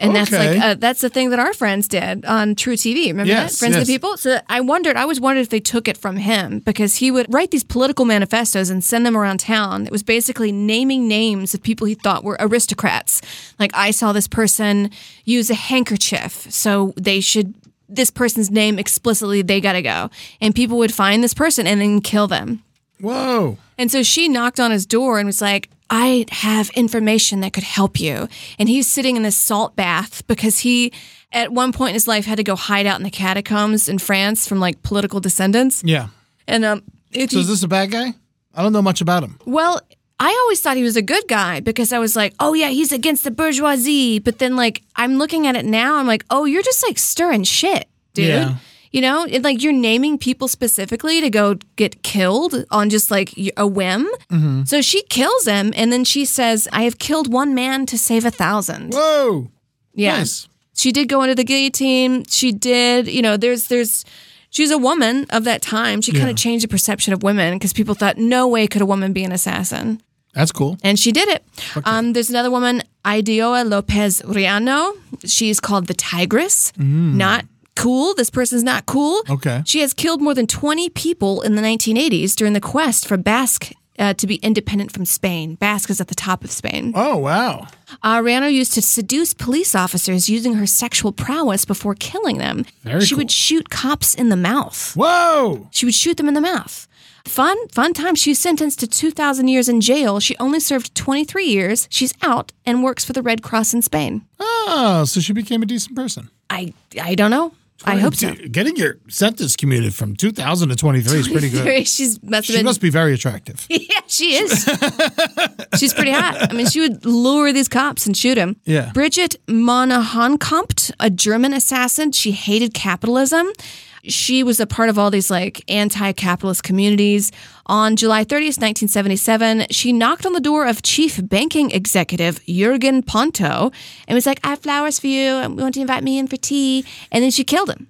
Speaker 6: And that's like
Speaker 7: Okay.
Speaker 6: uh, that's the thing that our friends did on True TV. Remember
Speaker 7: Yes,
Speaker 6: that Friends of the
Speaker 7: yes.
Speaker 6: People. So I wondered, I always wondered if they took it from him because he would write these political manifestos and send them around town. It was basically naming names of people he thought were aristocrats. Like I saw this person use a handkerchief, so they should this person's name explicitly. They got to go, and people would find this person and then kill them.
Speaker 7: Whoa.
Speaker 6: And so she knocked on his door and was like, I have information that could help you. And he's sitting in this salt bath because he, at one point in his life, had to go hide out in the catacombs in France from like political descendants.
Speaker 7: Yeah.
Speaker 6: And um, if
Speaker 7: So
Speaker 6: you-
Speaker 7: is this a bad guy? I don't know much about him.
Speaker 6: well, I always thought he was a good guy because I was like, oh yeah, he's against the bourgeoisie. But then like I'm looking at it now, I'm like, oh, you're just like stirring shit, dude.
Speaker 7: Yeah.
Speaker 6: You know, it, like you're naming people specifically to go get killed on just like y- a whim.
Speaker 7: Mm-hmm.
Speaker 6: So she kills him, and then she says, "I have killed one man to save a thousand.
Speaker 7: Whoa.
Speaker 6: Yeah.
Speaker 7: Nice.
Speaker 6: She did go into the guillotine. She did, you know, there's there's she's a woman of that time. She kind
Speaker 7: Yeah.
Speaker 6: of changed the perception of women because people thought no way could a woman be an assassin.
Speaker 7: That's cool.
Speaker 6: And she did it. Um, there's another woman, Ideoa Lopez Riano. She's called the Tigress. Not cool. This person's not cool.
Speaker 7: Mm. Okay.
Speaker 6: She has killed more than 20 people in the 1980s during the quest for Basque uh, to be independent from Spain. Basque is at the top of Spain.
Speaker 7: Oh wow.
Speaker 6: Uh, Rihanna used to seduce police officers using her sexual prowess before killing them.
Speaker 7: Very
Speaker 6: she would
Speaker 7: cool.
Speaker 6: shoot cops in the mouth.
Speaker 7: Whoa.
Speaker 6: She would shoot them in the mouth. Fun, fun time. She was sentenced to 2,000 years in jail. She only served 23 years. She's out and works for the Red Cross in Spain.
Speaker 7: Oh, so she became a decent person.
Speaker 6: I, I don't know. I hope so.
Speaker 7: Dude, Getting your sentence commuted from 2000 to 23 is pretty
Speaker 6: [laughs]
Speaker 7: good.
Speaker 6: She's must have
Speaker 7: She
Speaker 6: been.
Speaker 7: must be very attractive.
Speaker 6: [laughs] yeah, she is. She's pretty hot. I mean, she would lure these cops and shoot him.
Speaker 7: Yeah.
Speaker 6: Bridget Monahankompt, a German assassin, she hated capitalism. She was a part of all these like anti-capitalist communities. On July 30th, 1977, she knocked on the door of chief banking executive Jurgen Ponto and was like, "I have flowers for you. and Want to invite me in for tea?" And then she killed him.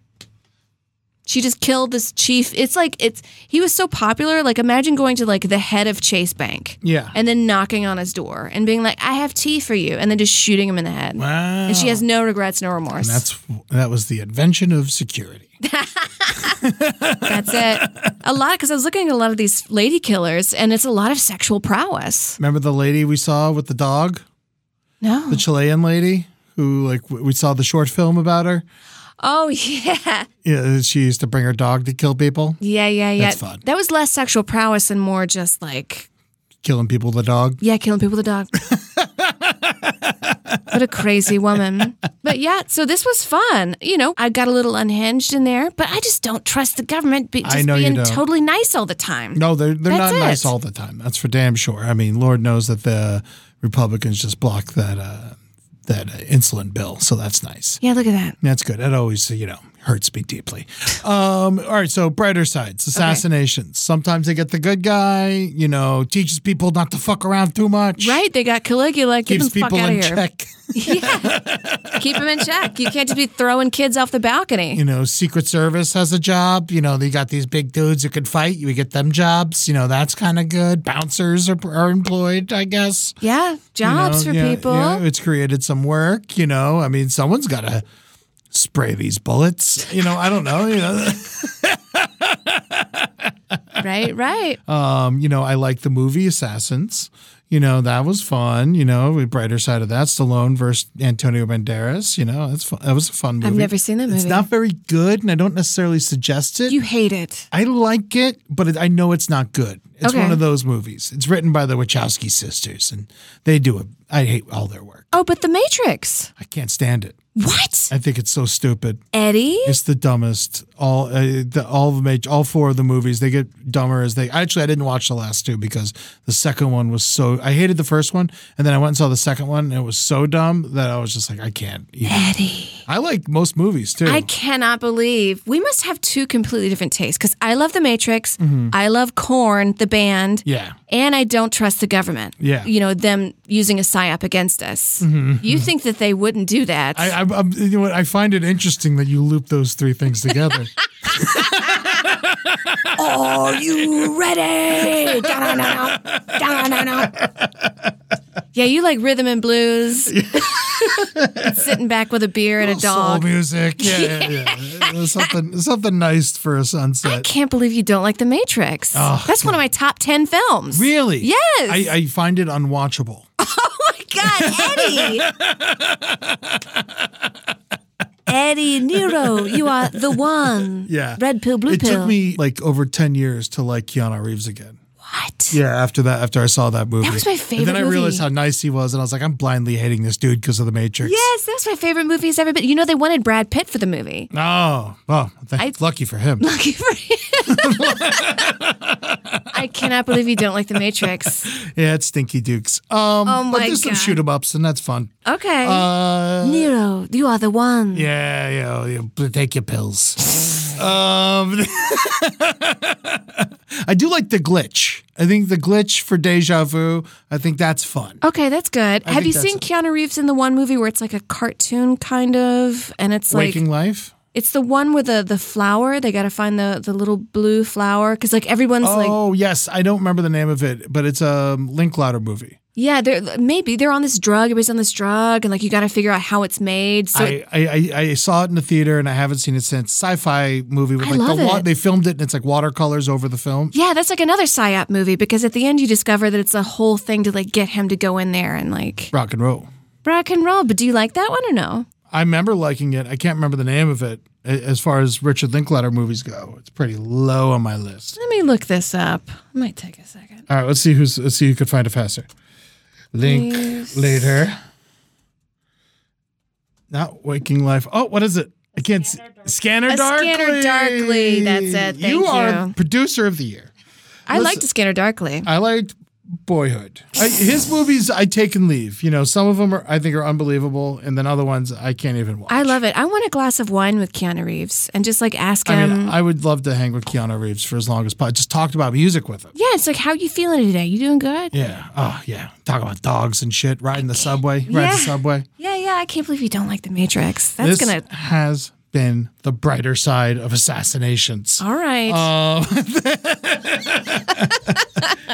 Speaker 6: She just killed this chief. It's like it's he was so popular. Like imagine going to like the head of Chase Bank.
Speaker 7: Yeah.
Speaker 6: And then knocking on his door and being like, "I have tea for you," and then just shooting him in the head. Wow. And she has no regrets, no remorse.
Speaker 7: That's that was the invention of security.
Speaker 6: That's
Speaker 7: [laughs]
Speaker 6: it. A lot because I was looking at a lot of these lady killers, and it's a lot of sexual prowess.
Speaker 7: Remember the lady we saw with the dog,
Speaker 6: No.
Speaker 7: the Chilean lady who like w- we saw the short film about her.
Speaker 6: oh [laughs] yeah,
Speaker 7: Yeah, she used to bring her dog to kill people,
Speaker 6: yeah, yeah, yeah.
Speaker 7: That's fun.
Speaker 6: That was less sexual prowess and more just like
Speaker 7: killing people with a dog.
Speaker 6: Yeah, killing people with a
Speaker 7: [laughs]
Speaker 6: dog. what a crazy woman. But yeah, so this was fun. You know, I got a little unhinged in there, but I just don't trust the government be-
Speaker 7: I
Speaker 6: just
Speaker 7: know you
Speaker 6: being
Speaker 7: don't.
Speaker 6: totally nice all the time.
Speaker 7: No, they're they're
Speaker 6: That's
Speaker 7: not nice
Speaker 6: it.
Speaker 7: all the time. That's for damn sure. I mean, Lord knows that the Republicans just blocked that uh, that uh, insulin bill, so that's nice.
Speaker 6: Yeah, look at that.
Speaker 7: That's good. That always, you know, hurts me deeply. Um, all right, so brighter sides, assassinations. Sometimes they get the good guy. You know, teaches people not to fuck around too much.
Speaker 6: Right, they got Caligula. Get them
Speaker 7: Keeps
Speaker 6: the fuck
Speaker 7: people
Speaker 6: out
Speaker 7: in
Speaker 6: of here.
Speaker 7: check.
Speaker 6: [laughs]
Speaker 7: [laughs]
Speaker 6: Yeah. Keep them in check. You can't just be throwing kids off the balcony.
Speaker 7: You know, Secret Service has a job. You know, they got these big dudes who can fight. You get them jobs. You know, that's kind of good. Bouncers are, are employed, I guess.
Speaker 6: Yeah,
Speaker 7: You know,
Speaker 6: jobs for
Speaker 7: yeah,
Speaker 6: people.
Speaker 7: yeah, it's created some work. You know, I mean, someone's got to spray these bullets. You know, I don't know. You know. [laughs]
Speaker 6: Right, right.
Speaker 7: Um, you know, I like the movie Assassins. You know, that was fun. You know, the brighter side of that, Stallone versus Antonio Banderas. You know, that's fun. that was a fun movie.
Speaker 6: I've never seen that
Speaker 7: It's
Speaker 6: movie.
Speaker 7: not very good, and I don't necessarily suggest it.
Speaker 6: you hate it.
Speaker 7: I like it, but it, I know it's not good. It's
Speaker 6: Okay.
Speaker 7: one of those movies. It's written by the Wachowski sisters, and they do it. I hate all their work.
Speaker 6: Oh, but The Matrix.
Speaker 7: I can't stand it.
Speaker 6: What?
Speaker 7: I think it's so stupid.
Speaker 6: Eddie?
Speaker 7: It's the dumbest. All uh, the all the major, all four of the movies they get dumber as they. Actually, I didn't watch the last two because the second one was so. I hated the first one, and then I went and saw the second one, and it was so dumb that I was just like, I can't. Even.
Speaker 6: Eddie.
Speaker 7: I like most movies too.
Speaker 6: I cannot believe we must have two completely different tastes because I love The Matrix. I love Korn, the band.
Speaker 7: Mm-hmm. Yeah.
Speaker 6: And I don't trust the government.
Speaker 7: Yeah. Mm-hmm,
Speaker 6: You know, them using a psyop against us. You think that they wouldn't do that.
Speaker 7: I, I, I'm, you know what? I find it interesting that you loop those three
Speaker 6: [laughs]
Speaker 7: things together.
Speaker 6: Are you [laughs] ready? Da-na-na-na.
Speaker 7: [laughs]
Speaker 6: Da-na-na-na. Yeah, you like rhythm and blues. [laughs] Sitting back with a beer and a
Speaker 7: Soul
Speaker 6: dog.
Speaker 7: music, yeah, yeah, yeah.
Speaker 6: [laughs]
Speaker 7: There's something, something nice for a
Speaker 6: I
Speaker 7: sunset.
Speaker 6: can't believe you don't like The Matrix. That's one of my top 10 films.
Speaker 7: Really?
Speaker 6: Yes.
Speaker 7: I, I find it
Speaker 6: [laughs]
Speaker 7: unwatchable.
Speaker 6: Oh God, Eddie. Eddie Nero, you are the one.
Speaker 7: Yeah.
Speaker 6: Red pill, blue
Speaker 7: it
Speaker 6: pill.
Speaker 7: took me like over 10 years to like Keanu Reeves again.
Speaker 6: what?
Speaker 7: Yeah, after that, after I saw that movie.
Speaker 6: That was my
Speaker 7: And then I
Speaker 6: favorite
Speaker 7: realized
Speaker 6: movie.
Speaker 7: how nice he was, and I was like, I'm blindly hating this dude because of The Matrix.
Speaker 6: Yes, that's my favorite movie he's ever been. You know, they wanted Brad Pitt for the
Speaker 7: [laughs]
Speaker 6: movie.
Speaker 7: Oh, well, th-
Speaker 6: I-
Speaker 7: lucky
Speaker 6: [laughs]
Speaker 7: for him.
Speaker 6: Lucky for him. I cannot believe you don't like The Matrix.
Speaker 7: yeah, it's Stinky Dukes. Um,
Speaker 6: Oh
Speaker 7: but
Speaker 6: my
Speaker 7: there's some
Speaker 6: God.
Speaker 7: shoot 'em ups, and that's fun.
Speaker 6: Okay.
Speaker 7: Uh,
Speaker 6: Nero, you are the one.
Speaker 7: yeah, yeah, yeah, but take your
Speaker 6: [laughs]
Speaker 7: pills. um, [laughs] I do like the glitch. I think the glitch for Deja Vu, I think that's fun.
Speaker 6: Okay, that's good. Have
Speaker 7: I think
Speaker 6: you
Speaker 7: that's
Speaker 6: seen
Speaker 7: it.
Speaker 6: Keanu Reeves in the one movie where it's like a cartoon kind of and it's like
Speaker 7: Waking Life?
Speaker 6: It's the one with the the flower. They got to find the the little blue flower because like everyone's like,
Speaker 7: Oh yes, I don't remember the name of it, but it's a Linklater movie.
Speaker 6: yeah, they're maybe they're on this drug. Everybody's on this drug, and like you got to figure out how it's made. So
Speaker 7: I, I, I I saw it in the theater and I haven't seen it since. Sci-fi movie with
Speaker 6: I
Speaker 7: like
Speaker 6: love
Speaker 7: the wa-
Speaker 6: it.
Speaker 7: they filmed it and it's like watercolors over the film.
Speaker 6: yeah, that's like another psyop movie because at the end you discover that it's a whole thing to like get him to go in there and like
Speaker 7: Rock and roll.
Speaker 6: rock and roll. But do you like that one or no?
Speaker 7: I remember liking it. I can't remember the name of it. A- As far as Richard Linklater movies go, it's pretty low on my list.
Speaker 6: Let me look this up. It might take a second.
Speaker 7: All right, let's see who's let's see who could find it faster. Link later. Not Waking Life. Oh, what is it? I can't see. Scanner
Speaker 6: A
Speaker 7: Darkly.
Speaker 6: Scanner Darkly, that's it. Thank
Speaker 7: you are
Speaker 6: you.
Speaker 7: producer of the year.
Speaker 6: I liked Scanner Darkly.
Speaker 7: I liked Boyhood. I, his movies I take and leave. You know, some of them are I think are unbelievable, and then other ones I can't even watch.
Speaker 6: I love it. I want a glass of wine with Keanu Reeves and just like ask
Speaker 7: I
Speaker 6: him.
Speaker 7: mean, I would love to hang with Keanu Reeves for as long as possible. Just talked about music with him.
Speaker 6: yeah, it's like how you feeling today? You doing good?
Speaker 7: Yeah. Oh, yeah. Talk about dogs and shit. Riding the subway. Riding
Speaker 6: Yeah.
Speaker 7: the subway.
Speaker 6: Yeah, yeah. I can't believe you don't like The Matrix. That's
Speaker 7: this
Speaker 6: gonna.
Speaker 7: has been the brighter side of assassinations.
Speaker 6: All right.
Speaker 7: Uh,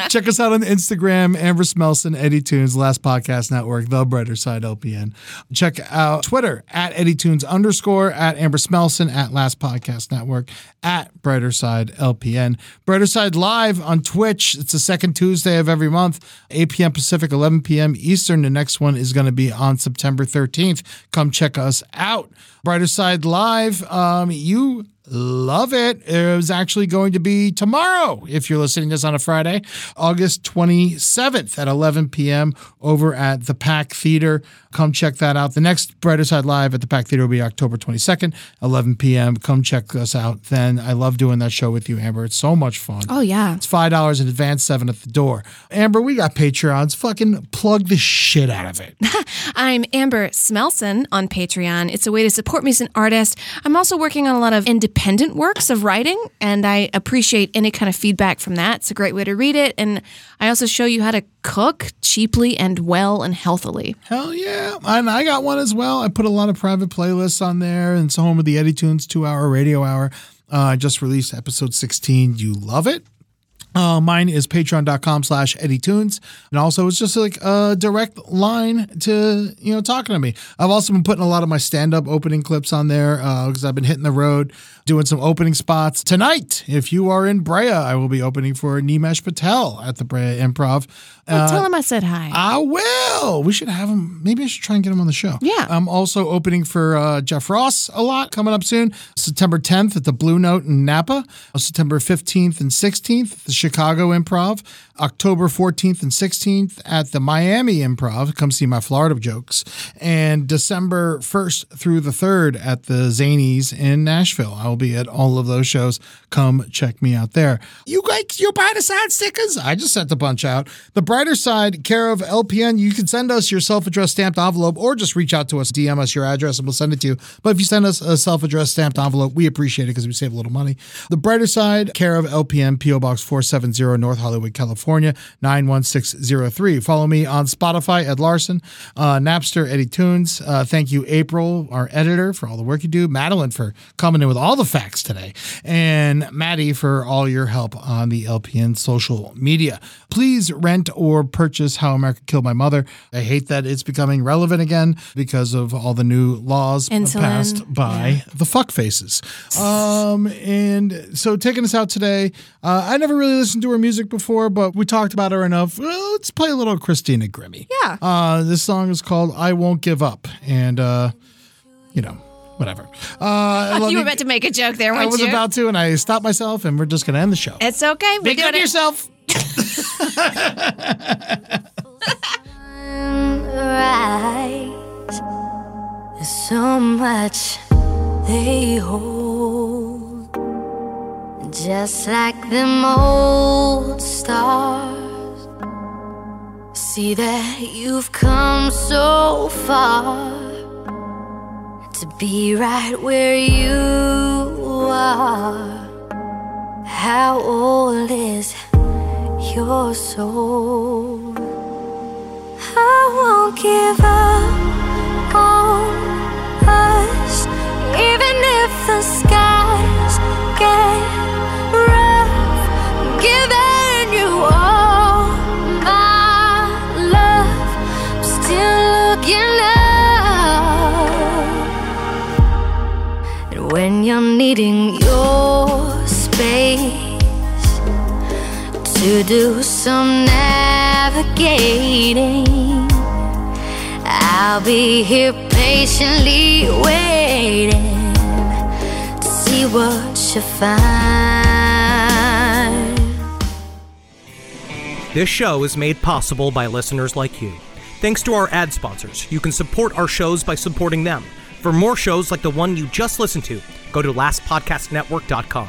Speaker 7: Check us out on Instagram, Amber Smelson, Eddie Tunes, Last Podcast Network, The Brighter Side LPN. Check out Twitter at Eddie Tunes underscore, at Amber Smelson, at Last Podcast Network, at Brighter Side LPN. Brighter Side Live on Twitch. It's the second Tuesday of every month, 8 p.m. Pacific, 11 p.m. Eastern. The next one is going to be on September 13th. Come check us out. Brighter Side Live. Um, you Love it. It was actually going to be tomorrow, if you're listening to this on a Friday, August 27th at 11 p.m. over at the Pack Theater. Come check that out. The next Brighter Side Live at the Pack Theater will be October 22nd, 11 p.m. Come check us out then. I love doing that show with you, Amber. It's so much fun.
Speaker 6: Oh, yeah.
Speaker 7: It's $5 in advance, 7 at the door. Amber, we got Patreons. Fucking plug the shit out of it.
Speaker 6: I'm Amber Smelson on Patreon. It's a way to support me as an artist. I'm also working on a lot of independent works of writing, and I appreciate any kind of feedback from that. It's a great way to read it. And I also show you how to cook cheaply and well and healthily.
Speaker 7: Hell yeah. And I got one as well. I put a lot of private playlists on there, and it's home of the Eddie Tunes two hour radio hour. Uh, I just released episode 16. You love it. Uh, mine is patreon.com slash Eddie Tunes. And also, it's just like a direct line to, you know, talking to me. I've also been putting a lot of my stand up opening clips on there because I've been hitting the road, doing some opening spots. Tonight, if you are in Brea, I will be opening for Nimesh Patel at the Brea Improv.
Speaker 6: Well,
Speaker 7: Uh,
Speaker 6: tell him I said hi.
Speaker 7: I will. We should have him. Maybe I should try and get him on the show.
Speaker 6: Yeah.
Speaker 7: I'm also opening for uh, Jeff Ross a lot coming up soon. September 10th at the Blue Note in Napa. Uh, September 15th and 16th at the Chicago Improv. October 14th and 16th at the Miami Improv. Come see my Florida jokes. And December 1st through the 3rd at the Zanies in Nashville. I'll be at all of those shows. Come check me out there. You like your brighter side stickers? I just sent a bunch out. The brighter side, care of LPN. You can send us your self-addressed stamped envelope or just reach out to us, DM us your address, and we'll send it to you. But if you send us a self-addressed stamped envelope, we appreciate it because we save a little money. The brighter side, care of LPN, PO Box 470, North Hollywood, California 91603. Follow me on Spotify, Ed Larson, uh, Napster, Eddie Tunes. Uh, thank you, April, our editor, for all the work you do. Madeline for coming in with all the facts today, and Maddie for all your help on the LPN social media. Please rent or purchase How America Killed My Mother. I hate that it's becoming relevant again because of all the new laws
Speaker 6: Insulin.
Speaker 7: passed by the fuck faces. Um, and so taking us out today, uh, I never really listened to her music before, but we talked about her enough. Well, let's play a little Christina Grimmie.
Speaker 6: Yeah.
Speaker 7: Uh, this song is called "I Won't Give Up," and uh, you know, whatever. Uh, I
Speaker 6: [laughs]
Speaker 7: love
Speaker 6: you were about to make a joke there, weren't
Speaker 7: I was
Speaker 6: you?
Speaker 7: about to, and I stopped myself, and we're just gonna end the show.
Speaker 6: it's okay. We're
Speaker 7: Be good
Speaker 6: doing
Speaker 7: to
Speaker 6: it.
Speaker 7: yourself.
Speaker 11: right. There's so much they hold, just like them old stars. See that you've come so far to be right where you are. How old is your soul? I won't give up on us, even if the skies get rough. Giving you all my love, I'm still looking up. And when you're needing your space to do some navigating. I'll be here patiently waiting to see what you find.
Speaker 12: This show is made possible by listeners like you. Thanks to our ad sponsors, you can support our shows by supporting them. For more shows like the one you just listened to, go to lastpodcastnetwork.com.